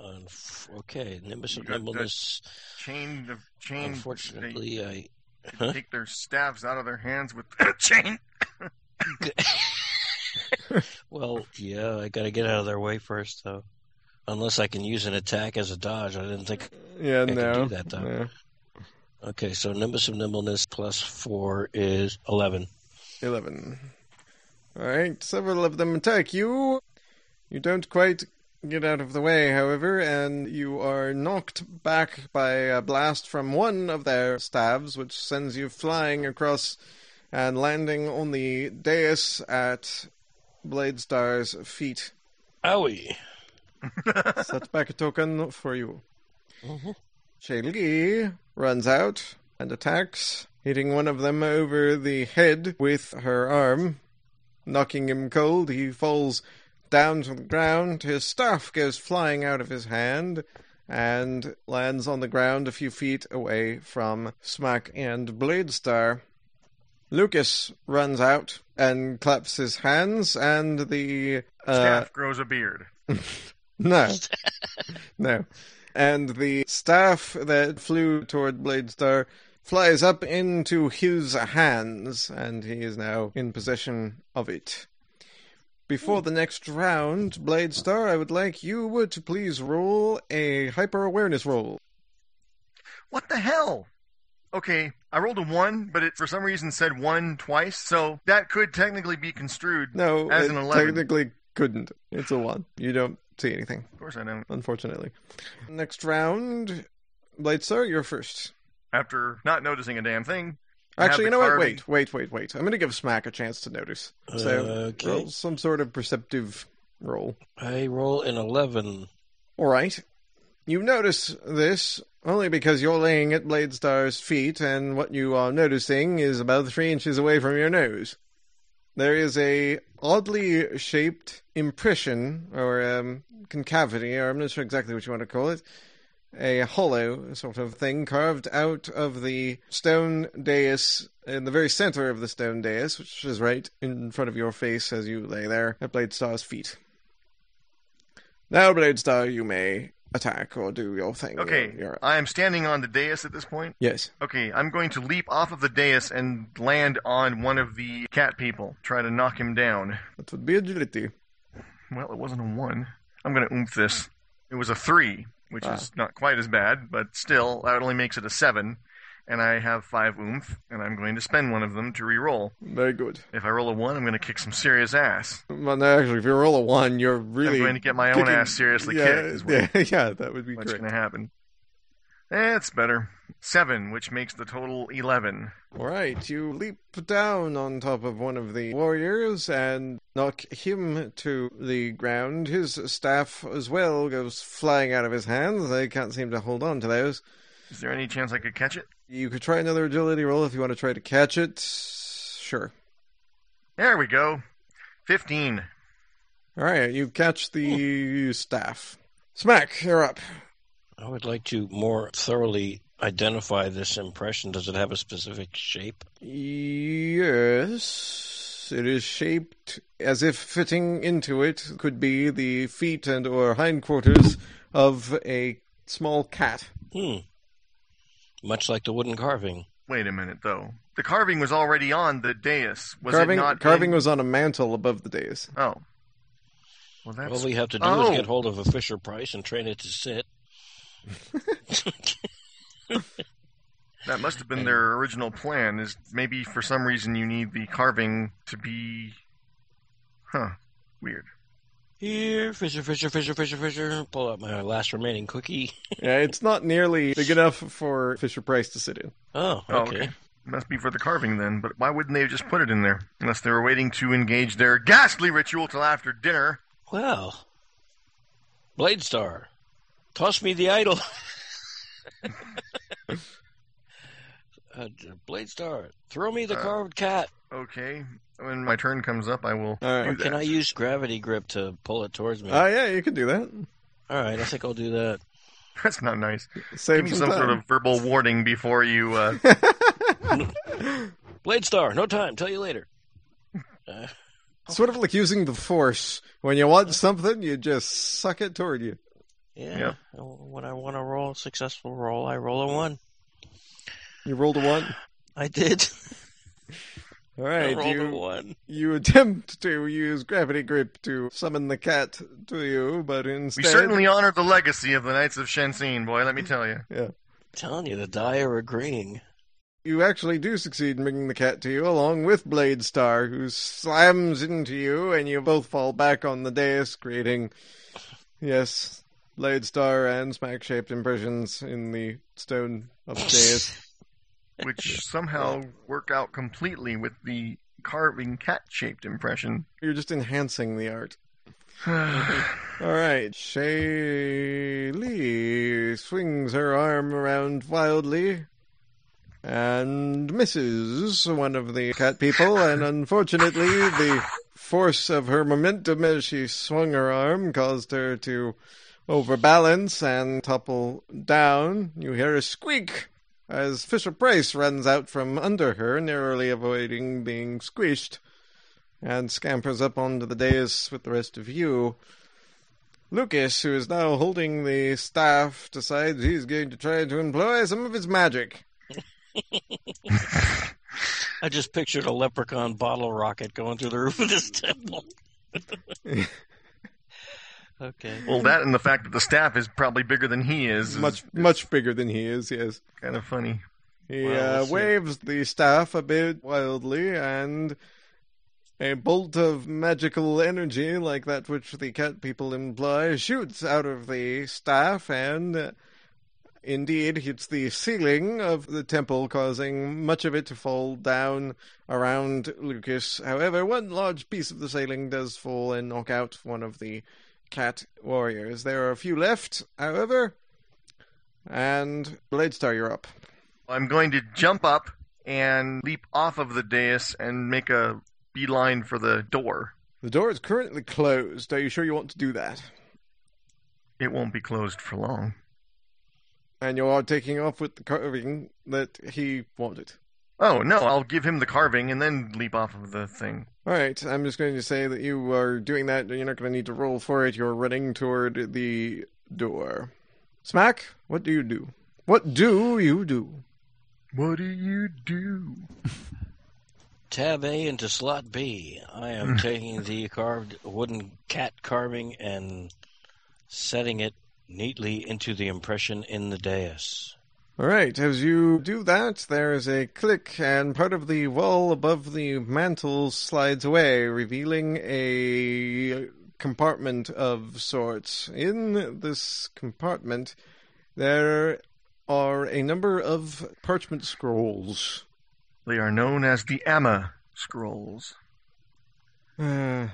D: Unf- okay, Nimbus
C: You
D: of
C: got that
D: Nimbleness.
C: chain of chain.
D: Unfortunately, I Huh?
C: take their staffs out of their hands with a chain.
D: Well, yeah, I got to get out of their way first, though. Unless I can use an attack as a dodge. I didn't think.
B: Yeah,
D: could
B: no.
D: do that, though.
B: no.
D: Okay, so Nimbus of Nimbleness plus four is 11.
B: 11. Alright, several of them attack you. You don't quite get out of the way, however, and you are knocked back by a blast from one of their staves, which sends you flying across and landing on the dais at Bladestar's feet.
D: Owie!
B: That's back a token for you. Shelgi runs out and attacks, hitting one of them over the head with her arm, knocking him cold. He falls down to the ground. His staff goes flying out of his hand and lands on the ground a few feet away from Smack and Bladestar. Lucas runs out and claps his hands, and the uh,
C: Staff grows a beard.
B: no. no. And the staff that flew toward Bladestar flies up into Hugh's hands, and he is now in possession of it. Before
C: Hmm.
B: the next round, Bladestar, I would like you to please roll a hyper awareness roll.
C: What the hell? Okay, I rolled a one, but it for some reason said one twice, so that could technically be construed.
B: No,
C: As
B: it
C: an 11.
B: technically couldn't. It's a one. You don't see anything,
C: Of course, I don't.
B: unfortunately. Next round, Bladestar, you're first.
C: After not noticing a damn thing, I have
B: Actually,
C: the
B: you know what?
C: clarity.
B: Wait, wait, wait, wait. I'm going to give Smack a chance to notice. So,
D: Okay.
B: roll some sort of perceptive roll.
D: I roll an 11.
B: All right. You notice this only because you're laying at Bladestar's feet, and what you are noticing is about three inches away from your nose. There is a oddly shaped impression or um, concavity, or I'm not sure exactly what you want to call it, a hollow sort of thing carved out of the stone dais in the very center of the stone dais, which is right in front of your face as you lay there at Bladestar's feet. Now, Bladestar, you may attack or do your thing.
C: okay,
B: You're- you're up.
C: I am standing on the dais at this point.
B: Yes.
C: Okay, I'm going to leap off of the dais and land on one of the cat people, try to knock him down.
B: That would be agility.
C: Well, it wasn't a one. I'm going to oomph this. It was a three, which is not quite as bad, but still, that only makes it a seven. And I have five oomph, and I'm going to spend one of them to re-roll.
B: Very good.
C: If I roll a one, I'm going to kick some serious ass.
B: Well, no, actually, if you roll a one, you're really
C: I'm going to get my own
B: kicking-
C: ass seriously
B: yeah,
C: kicked. Is what-
B: Yeah, yeah, that would be
C: what's
B: correct.
C: going to happen? That's better. Seven, which makes the total eleven.
B: All right, you leap down on top of one of the warriors and knock him to the ground. His staff as well goes flying out of his hands. They can't seem to hold on to those.
C: Is there any chance I could catch it?
B: You could try another agility roll if you want to try to catch it. Sure.
C: There we go. Fifteen.
B: All right, you catch the staff. Smack, you're up.
D: I would like to more thoroughly identify this impression. Does it have a specific shape?
B: Yes, it is shaped as if fitting into it could be the feet and or hindquarters of a small cat.
D: Hmm. Much like the wooden carving.
C: Wait a minute, though. The carving was already on the dais. Was
B: carving
C: it not?
B: carving
C: in-
B: was on a mantle above the dais.
C: Oh. Well, that's.
D: All we have to do
C: Oh.
D: is get hold of a Fisher Price and train it to sit.
C: That must have been their original plan. Is maybe for some reason you need the carving to be, huh? Weird.
D: Here, Fisher, Fisher, Fisher, Fisher, Fisher. Pull out my last remaining cookie.
B: yeah, it's not nearly big enough for Fisher Price to sit in.
D: Oh,
C: Oh,
D: okay.
C: okay. Must be for the carving then. But why wouldn't they have just put it in there? Unless they were waiting to engage their ghastly ritual till after dinner.
D: Well, Blade Star, toss me the idol. uh, Blade Star, throw me the
C: Uh,
D: carved cat.
C: Okay. When my turn comes up, I will.
B: All
D: Or
B: right.
C: do
D: can
C: that.
D: I use gravity grip to pull it towards me?
B: Ah, yeah, you can do that.
D: All right, I think I'll do that.
C: That's not nice. Give
B: Save
C: me
B: some,
C: some
B: time.
C: sort of verbal warning before you. Uh...
D: Blade Star, no time. Tell you later. Uh,
B: Sort of like using the force. When you want something, you just suck it toward you.
D: yeah.
C: Yeah.
D: When I want to roll a successful roll, I roll a one.
B: You rolled a one.
F: I did.
B: All
F: I
B: right,
F: rolled a
B: you
F: one.
B: you attempt to use gravity grip to summon the cat to you, but
C: We
B: instead
C: certainly honor the legacy of the Knights of Shensin, boy, let me tell you.
F: telling you, the die are agreeing.
B: you actually do succeed in bringing the cat to you, along with Blade Star, who slams into you, and you both fall back on the dais, creating, yes, Blade Star and smack shaped impressions in the stone of the dais.
C: Which somehow work out completely with the carving cat shaped impression.
B: You're just enhancing the art. All right, Shaylee swings her arm around wildly and misses one of the cat people, and unfortunately, the force of her momentum as she swung her arm caused her to overbalance and topple down. You hear a squeak as Fisher Price runs out from under her, narrowly avoiding being squished and scampers up onto the dais with the rest of you. Lucas, who is now holding the staff, decides he's going to try to employ some of his magic.
F: I just pictured a leprechaun bottle rocket going through the roof of this temple. okay.
C: Well, that and the fact that the staff is probably bigger than he is,
B: Much, much bigger than he is, yes.
C: kind of funny.
B: He
F: Well,
B: uh,
F: let's see.
B: waves the staff a bit wildly, and a bolt of magical energy, like that which the cat people imply, shoots out of the staff and uh, indeed hits the ceiling of the temple, causing much of it to fall down around Lucas. However, one large piece of the ceiling does fall and knock out one of the cat warriors. There are a few left, however, and Bladestar, you're up.
C: I'm going to jump up and leap off of the dais and make a beeline for the door.
B: The door is currently closed. Are you sure you want to do that?
C: It won't be closed for long.
B: And you are taking off with the carving that he wanted.
C: Oh, no, I'll give him the carving and then leap off of the thing.
B: All right, I'm just going to say that you are doing that. You're not going to need to roll for it. You're running toward the door. Smack, what do you do? What do you do?
C: What do you do?
F: Tab A into slot B. I am
B: Mm.
F: taking the carved wooden cat carving and setting it neatly into the impression in the dais.
B: All right, as you do that, there is a click, and part of the wall above the mantle slides away, revealing a compartment of sorts. In this compartment, there are a number of parchment scrolls.
C: They are known as the Amma Scrolls.
B: Uh,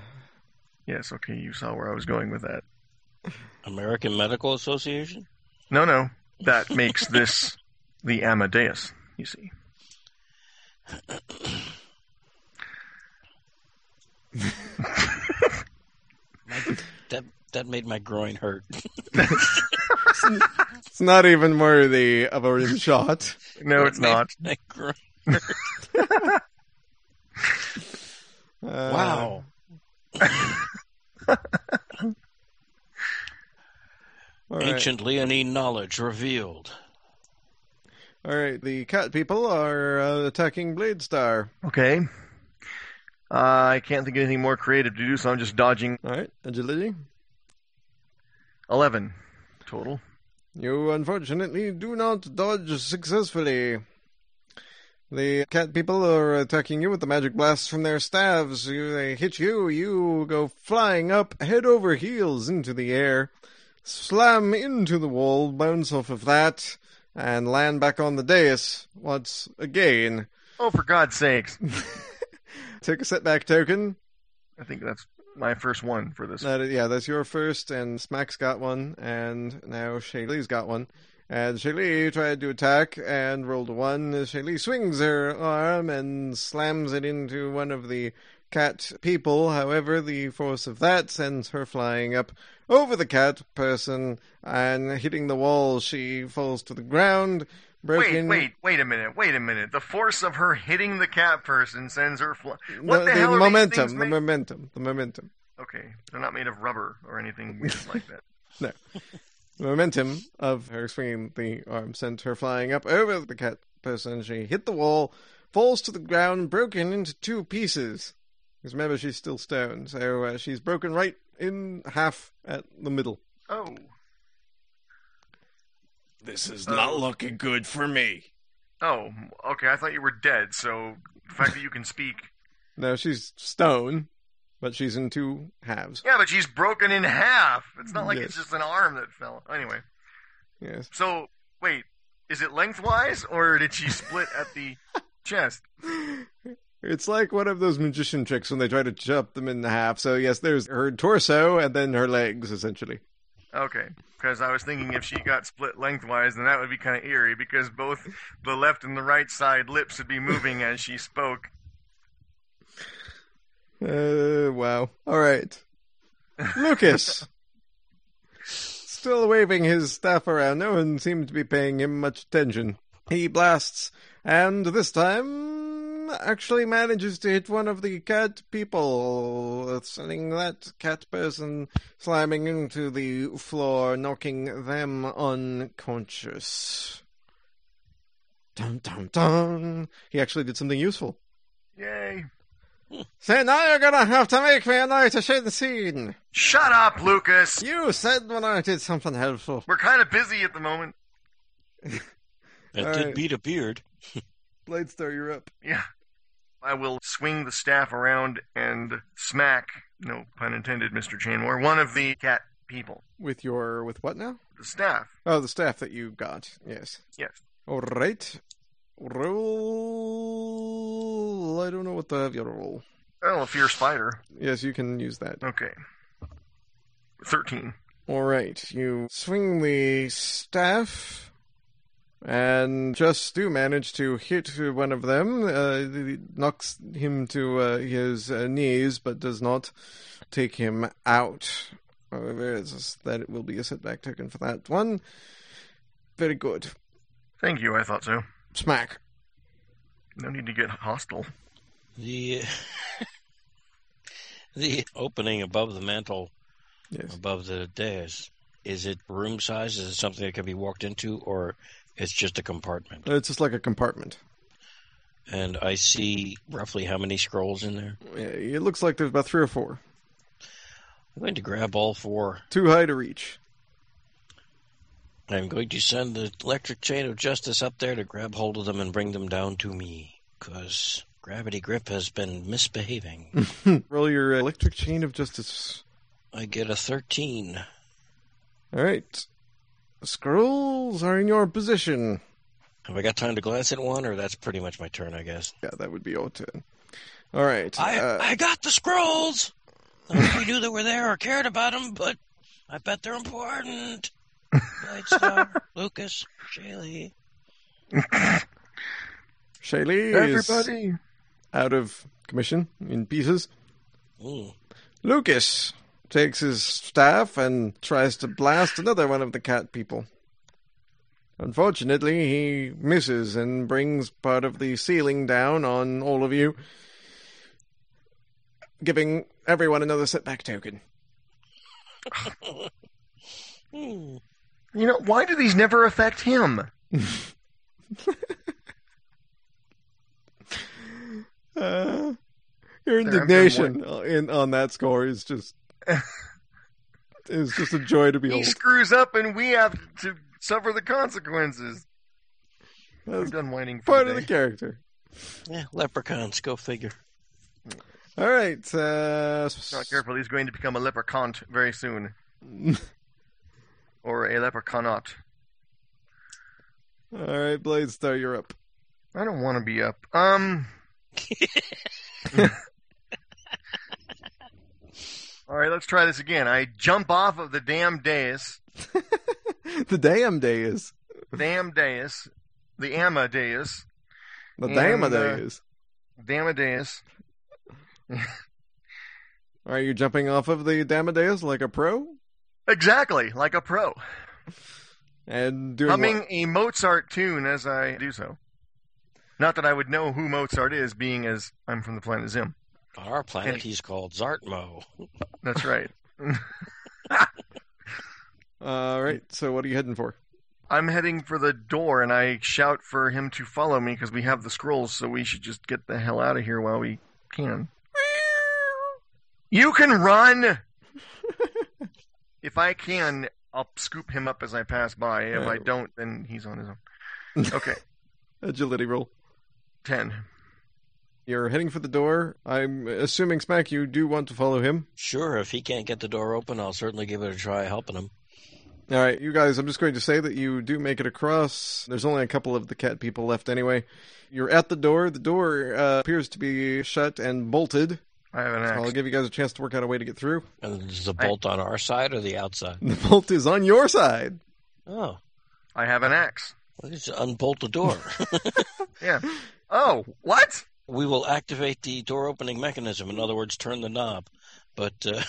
C: Yes, okay, you saw where I was going with that.
F: American Medical Association?
C: No, no, that makes this the Amadeus, you see.
F: That that made my groin hurt.
B: it's not even worthy of a rim shot.
C: No, it's not.
F: My groin.
B: Uh,
E: Wow.
B: all right.
F: Ancient Leonine knowledge revealed.
B: All right, the cat people are uh, attacking Bladestar.
C: Okay. Uh, I can't think of anything more creative to do, so I'm just dodging
B: All right, agility.
C: 11 total.
B: You unfortunately do not dodge successfully. The cat people are attacking you with the magic blasts from their staves. You, they hit you, you go flying up, head over heels into the air, slam into the wall, bounce off of that, and land back on the dais once again.
C: Oh, for God's sakes.
B: Take a setback token.
C: I think that's my first one for this.
B: That, yeah, that's your first, and Smack's got one, and now Shaylee's got one. And Shaylee tried to attack and rolled a one. Shaylee swings her arm and slams it into one of the cat people. However, the force of that sends her flying up over the cat person and hitting the wall. She falls to the ground,
C: Wait,
B: breaking.
C: wait, wait a minute, wait a minute. The force of her hitting the cat person sends her flying. What
B: No,
C: the, hell are
B: momentum,
C: these
B: the
C: things made-
B: momentum, the momentum.
C: Okay, they're not made of rubber or anything weird like that.
B: The momentum of her swinging the arm sent her flying up over the cat essentially hit the wall, falls to the ground, broken into two pieces. Because remember, she's still stone, so uh, she's broken right in half at the middle.
C: Oh.
E: This is not looking good for me.
C: Oh, okay. I thought you were dead, so the fact that you can speak.
B: Now she's stone, but she's in two halves.
C: Yeah, but she's broken in half. It's not like
B: Yes.
C: it's just an arm that fell. Anyway,
B: Yes.
C: so wait, is it lengthwise or did she split at the chest?
B: It's like one of those magician tricks when they try to chop them in half. So yes, there's her torso and then her legs, essentially.
C: Okay, because I was thinking if she got split lengthwise, then that would be kind of eerie because both the left and the right side lips would be moving as she spoke.
B: Uh, wow. All right. Lucas. Still waving his staff around. No one seems to be paying him much attention. He blasts, and this time actually manages to hit one of the cat people, sending that cat person slamming into the floor, knocking them unconscious. Dun dun dun! He actually did something useful.
C: Yay!
B: So now you're gonna have to make me a night to shoot the scene.
C: Shut up, Lucas.
B: You said when I did something helpful.
C: We're kind of busy at the moment.
D: That
B: All
D: did
B: right.
D: beat a beard.
B: Bladestar, you're up.
C: Yeah. I will swing the staff around and smack, no pun intended, Mr. Chanmore, one of the cat people.
B: With your with what now?
C: The staff.
B: Oh, the staff that you got. Yes.
C: Yes.
B: All right. Roll. I don't know what the have you roll.
C: Oh, a fierce fighter.
B: Yes, you can use that.
C: Okay. 13.
B: All right. You swing the staff. And just do manage to hit one of them. Uh, it knocks him to uh, his uh, knees, but does not take him out. However, it's- that it will be a setback taken for that one. Very good.
C: Thank you, I thought so.
B: Smack.
C: No need to get hostile.
D: The the opening above the mantle,
B: Yes.
D: above the dais, is it room size? Is it something that can be walked into, or it's just a compartment?
B: Uh, It's just like a compartment.
D: And I see roughly how many scrolls in there.
B: Uh, It looks like there's about three or four.
D: I'm going to grab all four.
B: Too high to reach.
D: I'm going to send the electric chain of justice up there to grab hold of them and bring them down to me, because gravity grip has been misbehaving.
B: Roll your uh, electric chain of justice.
D: I get a 13.
B: All right. Scrolls are in your position.
D: Have I got time to glance at one, or that's pretty much my turn, I guess.
B: Yeah, that would be your turn. All right.
D: I
B: uh,
D: I got the scrolls. Not that we knew they were there or cared about them, but I bet they're important. Lightstar, Lucas, Shaylee.
B: Shaylee is
C: Everybody!
B: out of commission in pieces.
D: Mm.
B: Lucas takes his staff and tries to blast another one of the cat people. Unfortunately, he misses and brings part of the ceiling down on all of you, giving everyone another setback token.
D: Mm.
C: You know, why do these never affect him?
B: Uh, your
C: There, I'm
B: indignation in on that score is just is just a joy to
C: He
B: behold.
C: screws up and we have to suffer the consequences. I'm
B: That's
C: done whining for
B: part
C: the
B: of the
C: day.
B: character.
D: Yeah, Eh, leprechauns. Go figure.
B: All right. Uh, s-
C: Not careful, he's going to become a leprechaun very soon. Or a leprechaunot.
B: all right, Bladestar, you're up.
C: I don't want to be up. Um. All right, let's try this again. I jump off of the damn dais,
B: the damn day is
C: damn dais, the ama dais,
B: the
C: And,
B: damn a day
C: uh,
B: is.
C: damn dais.
B: Are you jumping off of the Damadeus like a pro?
C: Exactly, like a pro,
B: And doing
C: humming
B: what?
C: a Mozart tune as I do so. Not that I would know who Mozart is, being as I'm from the planet Zim.
D: On our planet,
C: Hey.
D: he's called Zartmo.
C: That's right.
B: All right. So what are you heading for?
C: I'm heading for the door, and I shout for him to follow me because we have the scrolls, so we should just get the hell out of here while we can. You can run! if I can, I'll scoop him up as I pass by. If I don't, then he's on his own. Okay,
B: Agility roll.
C: 10.
B: You're heading for the door. I'm assuming, Smack, you do want to follow him.
D: Sure, if he can't get the door open, I'll certainly give it a try helping him.
B: All right, you guys, I'm just going to say that you do make it across. There's only a couple of the cat people left anyway. You're at the door. The door uh, appears to be shut and bolted.
C: I have an
B: So I'll
C: axe.
B: give you guys a chance to work out a way to get through.
D: And is the bolt on our side or the outside?
B: The bolt is on your side.
D: Oh,
C: I have an axe.
D: well, just unbolt the door.
C: Yeah. Oh, what?
D: we will activate the door opening mechanism. In other words, turn the knob. But uh,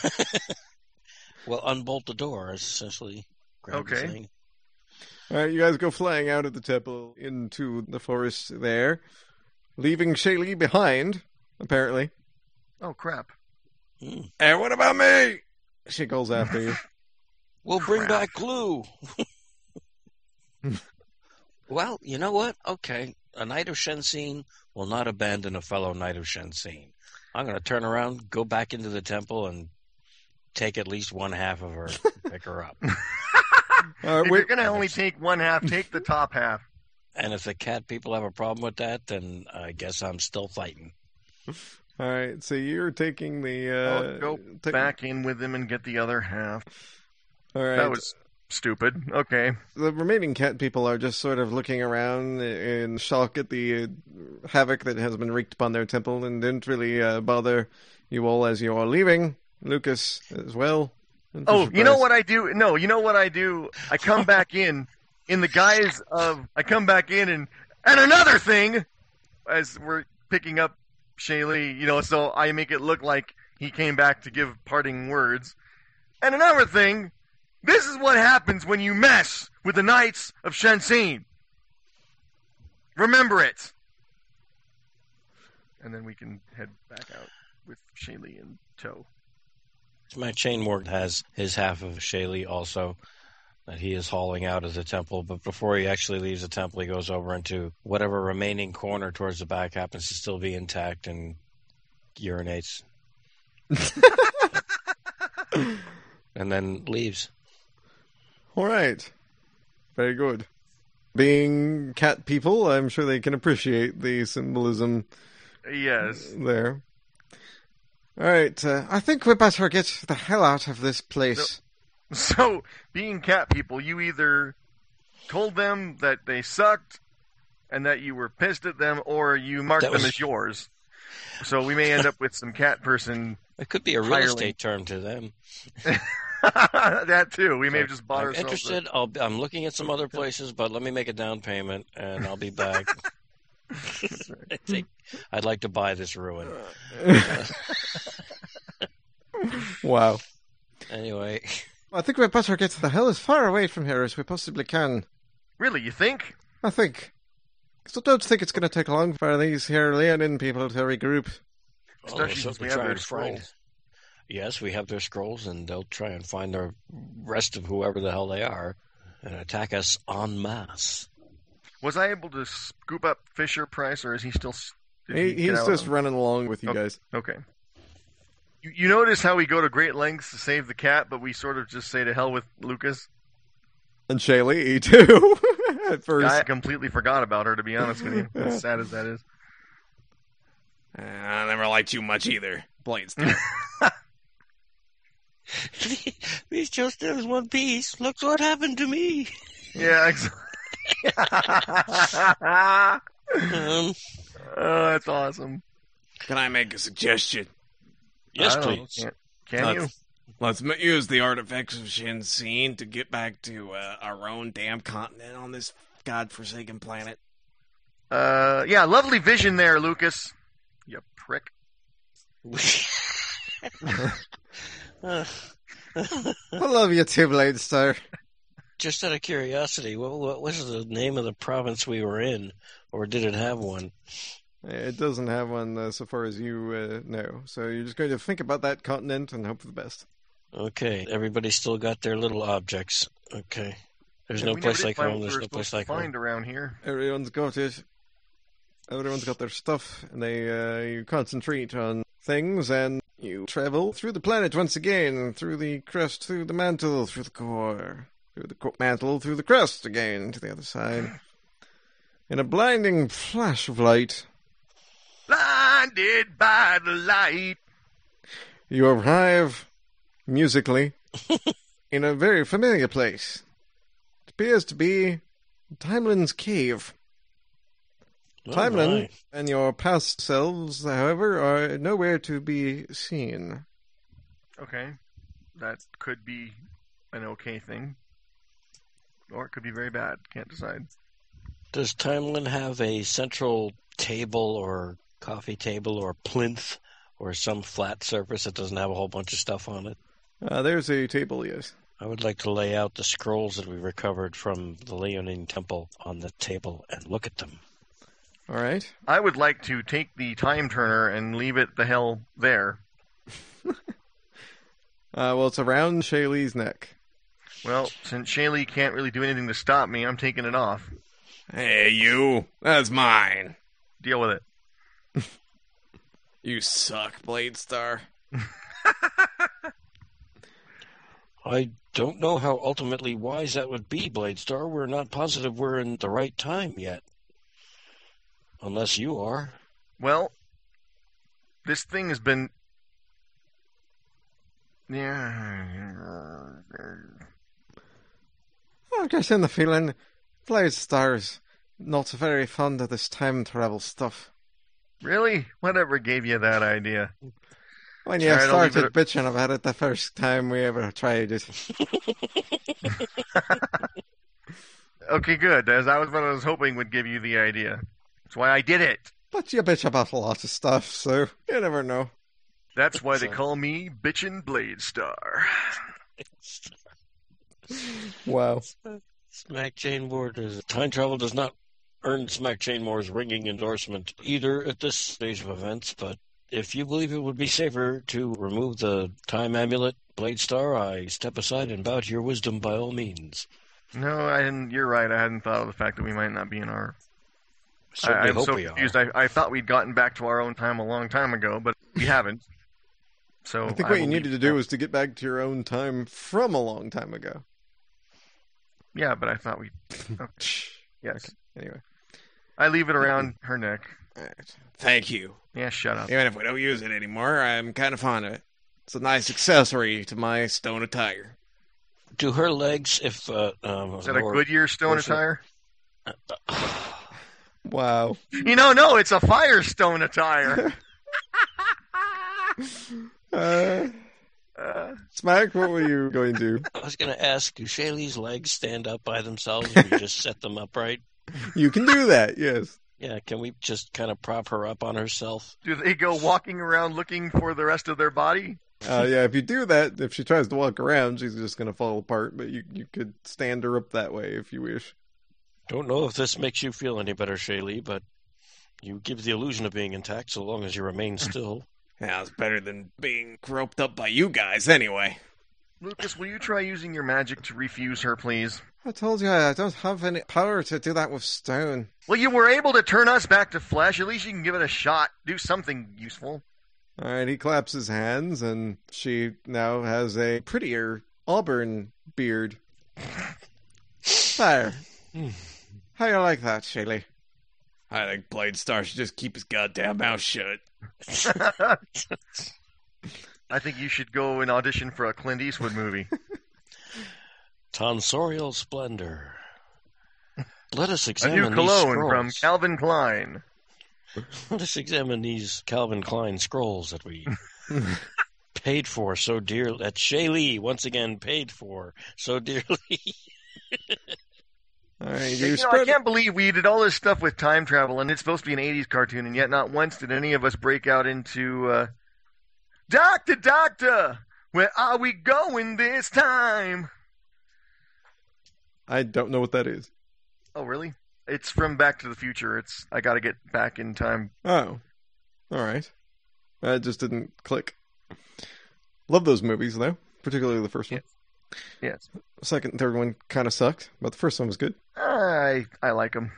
D: well, unbolt the door is essentially. grab the
C: Okay.
D: thing.
B: All right, you guys go flying out of the temple into the forest there, leaving Shaylee behind, apparently.
C: Oh, crap.
E: And Eh, what about me?
B: She calls after you.
D: We'll bring
C: Crap.
D: back glue. well, you know what? Okay, a knight of Shensin will not abandon a fellow knight of Shensin. I'm going to turn around, go back into the temple, and take at least one half of her, and pick her up.
B: All
C: If
B: right,
C: you're
B: wait,
C: going to only take one half, take the top half.
D: And if the cat people have a problem with that, then I guess I'm still fighting.
B: all right, so you're taking the. Uh,
C: I'll go
B: ta-
C: Oh, back in with him and get the other half.
B: All right.
C: That was stupid. Okay.
B: the remaining cat people are just sort of looking around in shock at the uh, havoc that has been wreaked upon their temple and didn't really uh, bother you all as you are leaving. Lucas as well.
C: Oh, you know what I do? No, you know what I do? I come back in in the guise of I come back in and and another thing as we're picking up Shaylee, you know, so I make it look like he came back to give parting words. And another thing, this is what happens when you mess with the Knights of Shensin. Remember it. And then we can head back out with Shaylee in tow.
D: Matt Shane Morton has his half of Shaylee also that he is hauling out of the temple. But before he actually leaves the temple, he goes over into whatever remaining corner towards the back happens to still be intact and urinates. and then leaves.
B: All right. Very good. Being cat people, I'm sure they can appreciate the symbolism
C: Yes.
B: there. All right, uh, I think we better get the hell out of this place.
C: So, being cat people, you either told them that they sucked and that you were pissed at them, or you marked
D: That
C: them
D: was-
C: as yours. So we may end up with some cat person.
D: It could be a real
C: Hireling.
D: estate term to them.
C: that too. We may have just bought
D: I'm
C: ourselves. a-
D: interested. I'll, be- I'm looking at some other places, but let me make a down payment and I'll be back. I think I'd like to buy this ruin.
B: wow.
D: Anyway.
B: I think we better get the hell as far away from here as we possibly can.
C: Really, you think?
B: I think. So don't think it's going to take long for these here Leonin people to regroup.
D: Well,
C: Especially
D: they'll
C: since
D: certainly
C: we have
D: Oh, try
C: their
D: and find-
C: scrolls.
D: Yes, we have their scrolls, and they'll try and find the rest of whoever the hell they are and attack us en masse.
C: Was I able to scoop up Fisher Price, or is he still? s- did
B: He,
C: get
B: he's
C: out
B: just
C: on-
B: running along with you
C: Okay.
B: guys.
C: okay. You, you notice how we go to great lengths to save the cat, but we sort of just say to hell with Lucas.
B: And Shaylee, too, at first.
C: I completely forgot about her, to be honest with you. As sad as that is.
E: Uh, I never liked you much either. Blades.
D: These just there's one piece. Look what happened to me.
C: Yeah, exactly. oh,
D: Um,
C: that's awesome.
E: Can I make a suggestion?
D: yes,
C: I don't-
D: please.
C: Can, can you?
E: Let's m- use the artifacts of Shinsin to get back to uh, our own damn continent on this godforsaken planet.
C: Uh, yeah, lovely vision there, Lucas. You prick.
D: Uh,
B: I love you too, Blade Star.
D: just out of curiosity, what, what was the name of the province we were in, or did it have one?
B: It doesn't have one uh, so far as you uh, know. So you're just going to think about that continent and hope for the best.
D: Okay, everybody still got their little objects. Okay. There's
C: And
D: no
C: we never
D: place
C: did
D: like
C: find what
D: home.
C: we
D: There's
C: were
D: no place
C: supposed
D: like
C: to
D: home.
C: find around here.
B: Everyone's got it. Everyone's got their stuff, and they uh, you concentrate on things, and you travel through the planet once again, through the crust, through the mantle, through the core, through the co- mantle, through the crust again to the other side. In a blinding flash of light,
C: Blinded by the light.
B: you arrive musically in a very familiar place. It appears to be Timelin's cave.
D: Oh,
B: Timeline
D: my.
B: and your past selves, however, are nowhere to be seen.
C: Okay, that could be an okay thing, or it could be very bad. Can't decide.
D: Does Timeline have a central table or coffee table or plinth or some flat surface that doesn't have a whole bunch of stuff on it?
B: Uh, there's a table, yes.
D: I would like to lay out the scrolls that we recovered from the Leonine Temple on the table and look at them.
B: All right.
C: I would like to take the time turner and leave it the hell there.
B: Uh, well, it's around Shaylee's neck.
C: Well, since Shaylee can't really do anything to stop me, I'm taking it off.
E: Hey, you. That's mine.
C: Deal with it.
E: You suck, Blade Star.
D: I don't know how ultimately wise that would be, Bladestar. We're not positive we're in the right time yet. Unless you are.
C: Well, this thing has been. Yeah.
B: I'm just in the feeling Blade Star's not very fond of this time travel stuff.
C: Really? Whatever gave you that idea?
B: When you
C: Alright, I'll leave
B: started
C: it-
B: bitching about it the first time we ever tried it.
C: Okay, good. As I was what I was hoping would give you the idea. That's why I did it.
B: But you bitch about a lot of stuff, so you never know.
C: That's why they
D: So-
C: call me Bitchin' Blade Star.
B: Wow.
D: Smack Chain Moore does. Time travel does not earn Smack Chain Moore's ringing endorsement either at this stage of events, but if you believe it would be safer to remove the time amulet, Blade Star, I step aside and bow to your wisdom by all means.
C: No, I didn't. You're right. I hadn't thought of the fact that we might not be in our. I,
D: Certainly
C: I'm
D: hope
C: so
D: we are.
C: confused. I, I thought we'd gotten back to our own time a long time ago, but we haven't. So
B: I think what you
C: believe-
B: needed to do was to get back to your own time from a long time ago.
C: Yeah, but I thought we. Yes,
B: Anyway.
C: I leave it around her neck.
B: All right.
E: Thank you.
C: Yeah, shut up.
E: Even if we don't use it anymore, I'm kind of fond of it. It's a nice accessory to my stone attire.
D: Do her legs, if. Uh, um,
C: Is that a
D: Lord-
C: Goodyear stone
D: Lord-
C: attire?
B: Wow.
C: You know, no, it's a Firestone attire.
B: Uh,
C: uh,
B: Smack, what were you going to?
D: I was going to ask, do Shaylee's legs stand up by themselves or you just set them upright?
B: You can do that, yes.
D: Yeah, can we just kind of prop her up on herself?
C: do they go walking around looking for the rest of their body?
B: Uh, yeah, if you do that, if she tries to walk around, she's just going to fall apart, but you, you could stand her up that way if you wish.
D: Don't know if this makes you feel any better, Shaylee, but you give the illusion of being intact so long as you remain still.
E: Yeah, it's better than being groped up by you guys anyway.
C: Lucas, will you try using your magic to refuse her, please?
B: I told you I don't have any power to do that with stone.
C: Well, you were able to turn us back to flesh. At least you can give it a shot. Do something useful.
B: All right, he claps his hands, and she now has a prettier auburn beard. There.
C: Hmm.
B: How you like that, Shaylee?
E: I think Blade Star should just keep his goddamn mouth shut.
C: I think you should go and audition for a Clint Eastwood movie.
D: Tonsorial splendor. Let us
C: a new
D: examine these
C: cologne from
D: scrolls.
C: Calvin Klein.
D: Let us examine these Calvin Klein scrolls that we paid for so dearly. That Shaylee once again paid for so dearly.
B: All right, you,
C: You know, I
B: spread
C: can't believe we did all this stuff with time travel, and it's supposed to be an 80s cartoon, and yet not once did any of us break out into, uh, Doctor, Doctor, where are we going this time?
B: I don't know what that is.
C: Oh, really? It's from Back to the Future. It's, I gotta get back in time.
B: Oh, all right. I just didn't click. Love those movies though, particularly the first one.
C: Yes.
B: Second and third one kind of sucked, but the first one was good.
C: I I like them.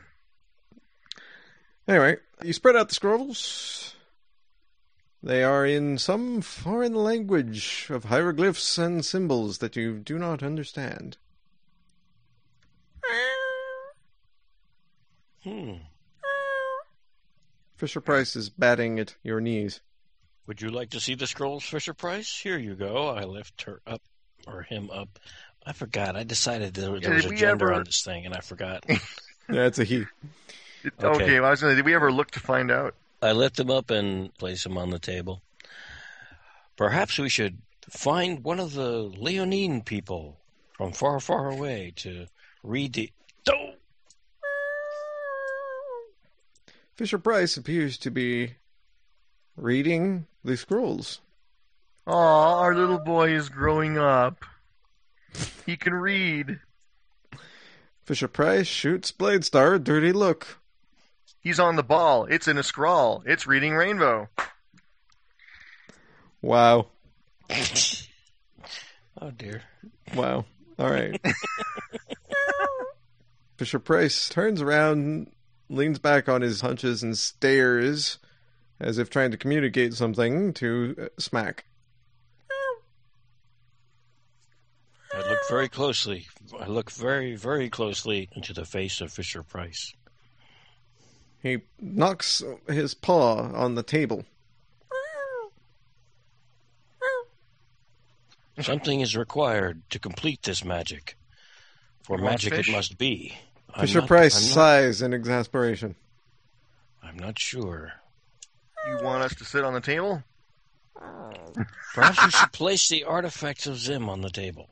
B: Anyway, you spread out the scrolls. They are in some foreign language of hieroglyphs and symbols that you do not understand.
D: Hmm.
B: Fisher Price is batting at your knees.
D: Would you like to see the scrolls, Fisher Price? Here you go. I lift her up or him up. I forgot. I decided there, there
C: Yeah,
D: was
C: did
D: a
C: we
D: gender
C: ever-
D: on this thing, and I forgot.
B: Yeah, it's a he.
C: It-
D: Okay.
C: Okay. well, I was gonna. Did we ever look to find out?
D: I lift them up and place them on the table. Perhaps we should find one of the Leonine people from far, far away to read the. Oh!
B: Fisher Price appears to be reading the scrolls.
C: Aw, our little boy is growing up. He can read.
B: Fisher Price shoots Blade Star a dirty look.
C: He's on the ball. It's in a scrawl. It's reading rainbow.
B: Wow.
D: Oh dear.
B: Wow. All right. Fisher Price turns around, leans back on his hunches, and stares as if trying to communicate something to uh, Smack.
D: I look very closely. I look very, very closely into the face of Fisher Price.
B: He knocks his paw on the table.
D: Something is required to complete this magic. For
C: You want
D: magic, it
C: fish?
D: must be. I'm
B: Fisher
D: not-
B: Price
D: I'm not-
B: sighs in exasperation.
D: I'm not sure.
C: You want us to sit on the table?
D: Perhaps we should place the artifacts of Zim on the table.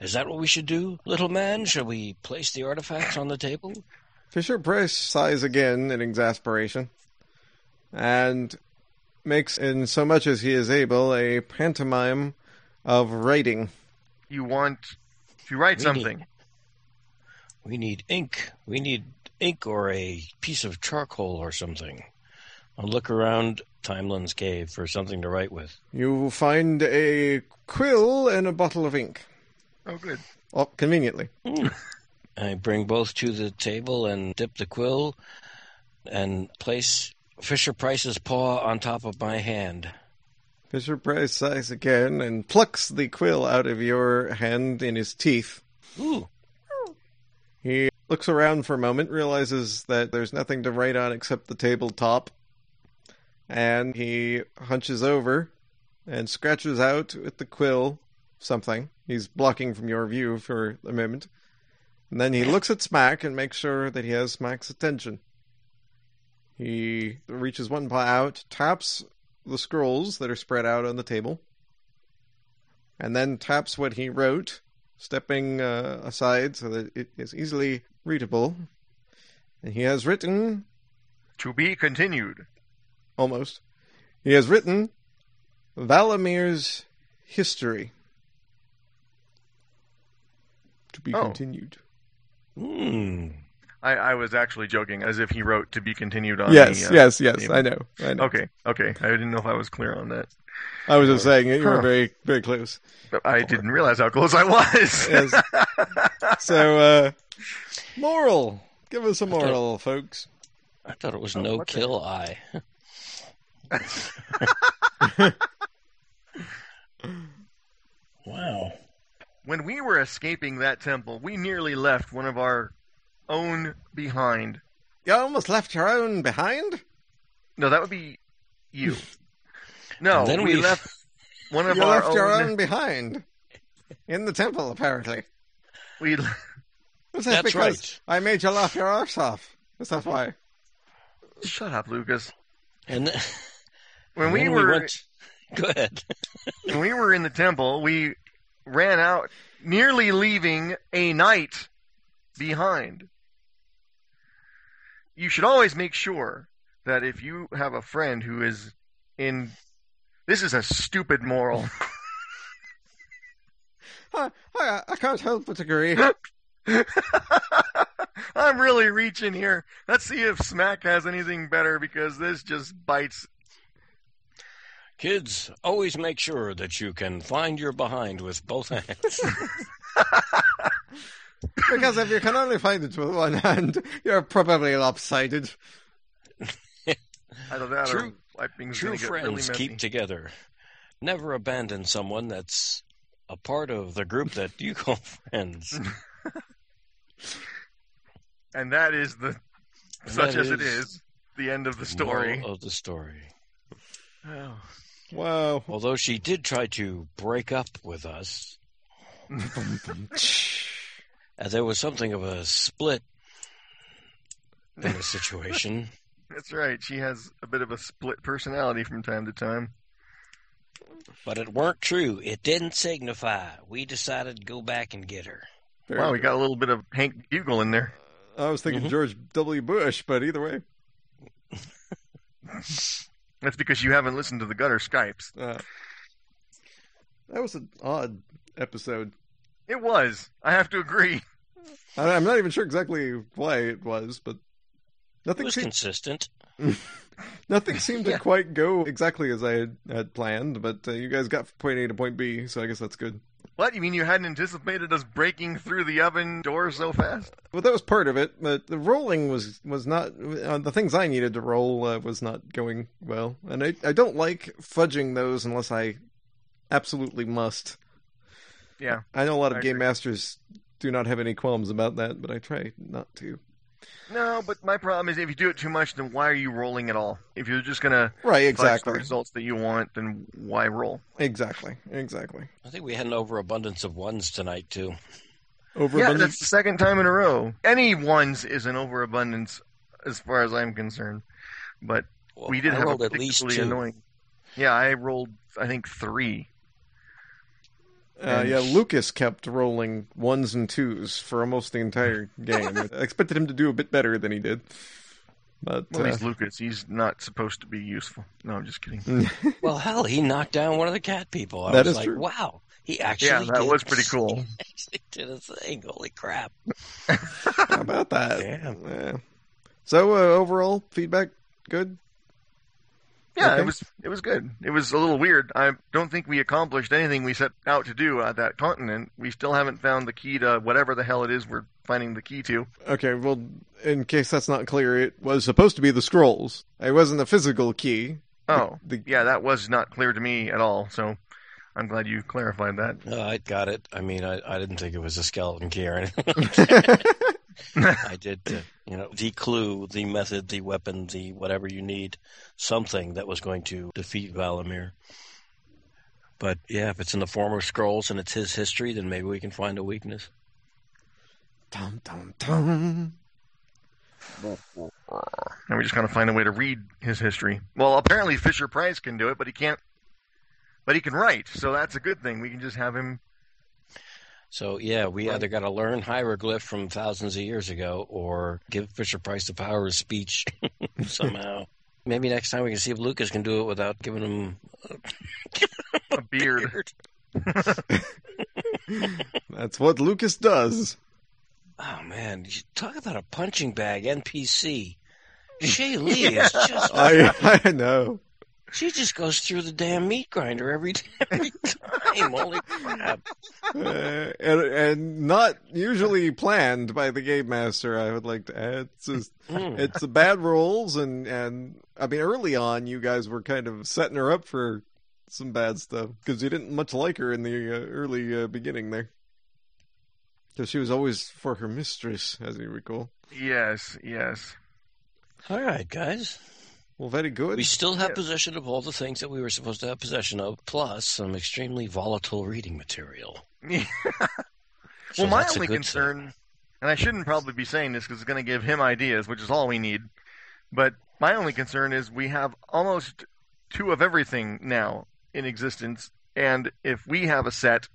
D: Is that what we should do, little man? Shall we place the artifacts on the table?
B: Fisher Price sighs again in exasperation and makes, in so much as he is able, a pantomime of writing.
C: You want to write
D: Reading.
C: something?
D: We need ink. We need ink or a piece of charcoal or something. I'll look around Timelin's cave for something to write with.
B: You find a quill and a bottle of ink.
C: Oh, good.
B: Oh, conveniently.
D: I bring both to the table and dip the quill and place Fisher Price's paw on top of my hand.
B: Fisher Price sighs again and plucks the quill out of your hand in his teeth.
D: Ooh,
B: He looks around for a moment, realizes that there's nothing to write on except the tabletop, and he hunches over and scratches out with the quill something. He's blocking from your view for a moment. And then he looks at Smack and makes sure that he has Smack's attention. He reaches one paw out, taps the scrolls that are spread out on the table, and then taps what he wrote stepping uh, aside so that it is easily readable. And he has written,
C: To be continued.
B: almost, he has written Valamir's History. To be
C: Oh.
B: continued.
D: Hmm.
C: I, I was actually joking, as if he wrote "to be continued" on. the, uh,
B: yes, yes,
C: table.
B: know. I know.
C: Okay, okay. I didn't know if I was clear on that.
B: I was just saying it. You were
C: Huh.
B: very, very close.
C: But I didn't realize how close I was.
B: Yes. so, uh, moral. Give us a moral, folks.
D: I thought it was no
C: Oh, what the
D: kill eye. wow.
C: when we were escaping that temple, we nearly left one of our own behind.
B: You almost left your own behind.
C: No, that would be you. No,
D: And then
C: we
D: we-
C: left one of
B: you
C: our
B: left your own behind in the temple, apparently.
C: We
B: Was that
D: That's
B: because
D: right.
B: I made you laugh your arse off? Is that why?
C: shut up, Lucas.
D: And
C: When we
D: then
C: were
D: went... go ahead.
C: when we were in the temple, we ran out, nearly leaving a knight behind. You should always make sure that if you have a friend who is in, this is a stupid moral.
B: I, I, I can't help but agree.
C: I'm really reaching here. Let's see if Smack has anything better because this just bites.
D: Kids, always make sure that you can find your behind with both hands.
B: because if you can only find it with one hand, you're probably lopsided.
C: Either that or
D: True-
C: wiping's
D: True
C: gonna get really
D: friends
C: messy.
D: keep together. Never abandon someone that's a part of the group that you call friends.
C: and that is the such
D: That
C: as it
D: is
C: is the end of the
D: moral
C: story.
D: of the story.
B: Wow.
D: Although she did try to break up with us, and there was something of a split in the situation.
C: That's right. She has a bit of a split personality from time to time.
D: But it weren't true. It didn't signify. We decided to go back and get her.
B: Very
C: wow, we
B: good.
C: got a little bit of Hank Bugle in there.
B: I was thinking
D: Mhm.
B: George W. Bush, but either way.
C: That's because you haven't listened to the gutter Skypes.
B: Uh, that was an odd episode.
C: It was. I have to agree.
B: I, I'm not even sure exactly why it was, but
D: It
B: nothing
D: was
B: seemed,
D: consistent.
B: nothing seemed to quite go exactly as I had, had planned. But uh, you guys got from point A to point B, so I guess that's good.
C: What? You mean you hadn't anticipated us breaking through the oven door so fast?
B: Well, that was part of it, but the rolling was was not uh, the things I needed to roll uh, was not going well, and I I don't like fudging those unless I absolutely must.
C: Yeah.
B: I know a lot of
C: I
B: game
C: agree.
B: masters do not have any qualms about that, but I try not to.
C: No, but my problem is if you do it too much, then why are you rolling at all? If you're just gonna
B: Right,
C: fudge the
B: exactly,
C: results that you want, then why roll?
B: exactly, exactly.
D: I think we had an overabundance of ones tonight, too.
C: yeah,
B: Overabundance.
C: that's the second time in a row. Any ones is an overabundance, as far as I'm concerned. But
D: Well,
C: we did
D: I
C: have
D: rolled
C: a
D: at least
C: particularly
D: two.
C: annoying. Yeah, I rolled I think three.
B: Uh, yeah, Lucas kept rolling ones and twos for almost the entire game. I expected him to do a bit better than he did, but
C: Well,
B: uh,
C: he's Lucas. He's not supposed to be useful. No, I'm just kidding.
D: Well, hell, he knocked down one of the cat people. I
B: That
D: was
B: is
D: like,
B: true.
D: wow, he actually
C: Yeah, that
D: did-
C: was pretty cool.
D: He actually did a thing. Holy crap.
B: how about that?
D: Damn.
B: Yeah. So uh, overall feedback good.
C: Yeah,
B: Okay.
C: it was it was good. It was a little weird. I don't think we accomplished anything we set out to do at that continent. We still haven't found the key to whatever the hell it is we're finding the key to.
B: Okay, well, in case that's not clear, it was supposed to be the scrolls. It wasn't a physical key.
C: Oh,
B: The- the-
C: yeah, that was not clear to me at all. So I'm glad you clarified that.
D: No, I got it. I mean, I, I didn't think it was a skeleton key or anything. I did, uh, you know, the clue, the method, the weapon, the whatever you need, something that was going to defeat Valimir. But yeah, if it's in the form of scrolls and it's his history, then maybe we can find a weakness.
B: Dum dum dum.
C: And we just gotta find a way to read his history. Well, apparently Fisher Price can do it, but he can't. But he can write, so that's a good thing. We can just have him.
D: So yeah, we
C: Right.
D: either got to learn hieroglyph from thousands of years ago, or give Fisher Price the power of speech somehow. Maybe next time we can see if Lucas can do it without giving him
C: A beard.
B: That's what Lucas does.
D: Oh man, you talk about a punching bag NPC. Shay Lee is just
B: I I know.
D: she just goes through the damn meat grinder every every time. Holy crap.
B: Uh, and, and not usually planned by the game master. I would like to add. It's just,
D: Hmm.
B: it's the bad rolls, and and I mean, early on, you guys were kind of setting her up for some bad stuff because you didn't much like her in the uh, early uh, beginning there. Because she was always for her mistress, as you recall.
C: Yes, yes.
D: All right, guys.
B: Well, very good.
D: We still have possession of all the things that we were supposed to have possession of, plus some extremely volatile reading material. So
C: well, my
D: that's a
C: only
D: good
C: concern, and I shouldn't probably be saying this because it's going to give him ideas, which is all we need. But my only concern is we have almost two of everything now in existence, and if we have a set,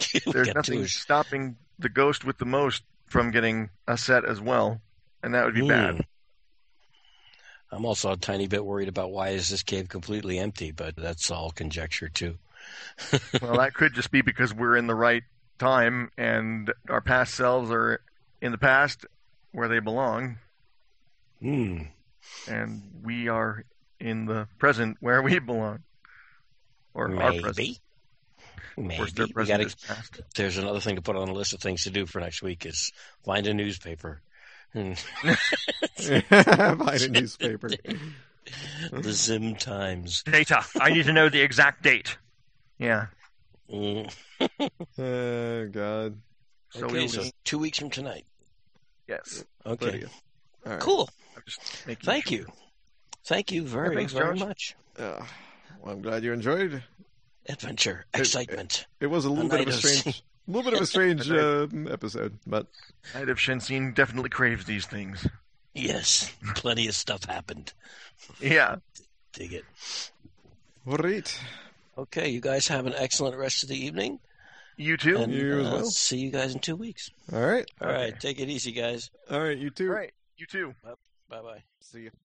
D: thing. We
C: there's
D: got
C: nothing
D: two.
C: stopping the ghost with the most from getting a set as well, and that would be
D: Hmm.
C: bad.
D: I'm also a tiny bit worried about why is this cave completely empty, but that's all conjecture too.
C: well, that could just be because we're in the right time and our past selves are in the past where they belong.
D: Hmm.
C: and we are in the present where we belong, or our present.
D: Maybe.
C: Of course,
D: Maybe
C: their
D: we
C: president
D: gotta-
C: is passed.
D: There's another thing to put on the list of things to do for next week is find a newspaper. And
B: Find a newspaper.
D: the Zim Times.
C: Data. I need to know the exact date. Yeah.
D: Mm.
B: Oh, God.
C: So
D: okay,
C: we'll
D: so
C: just-
D: two weeks from tonight.
C: yes.
D: Okay,
B: 30th. All right.
D: cool.
C: I'm just making
D: Thank
C: sure.
D: you, thank you very
C: thanks,
D: very
C: Josh.
D: much.
B: Ah, well, I'm glad you enjoyed.
D: Adventure,
B: it-
D: excitement.
B: It was a little bit of a
D: night of
B: strange, a little bit of a strange uh, episode, but
C: Night of Shensin definitely craves these things.
D: Yes, plenty of stuff happened.
C: Yeah.
D: Dig it.
B: great.
D: Okay, you guys have an excellent rest of the evening.
C: You too.
D: And
B: You as
D: uh,
B: well.
D: see you guys in two weeks.
B: All right,
D: All right, take it easy, guys.
B: all right, you too.
C: All right. You too.
D: Bye bye.
B: See you.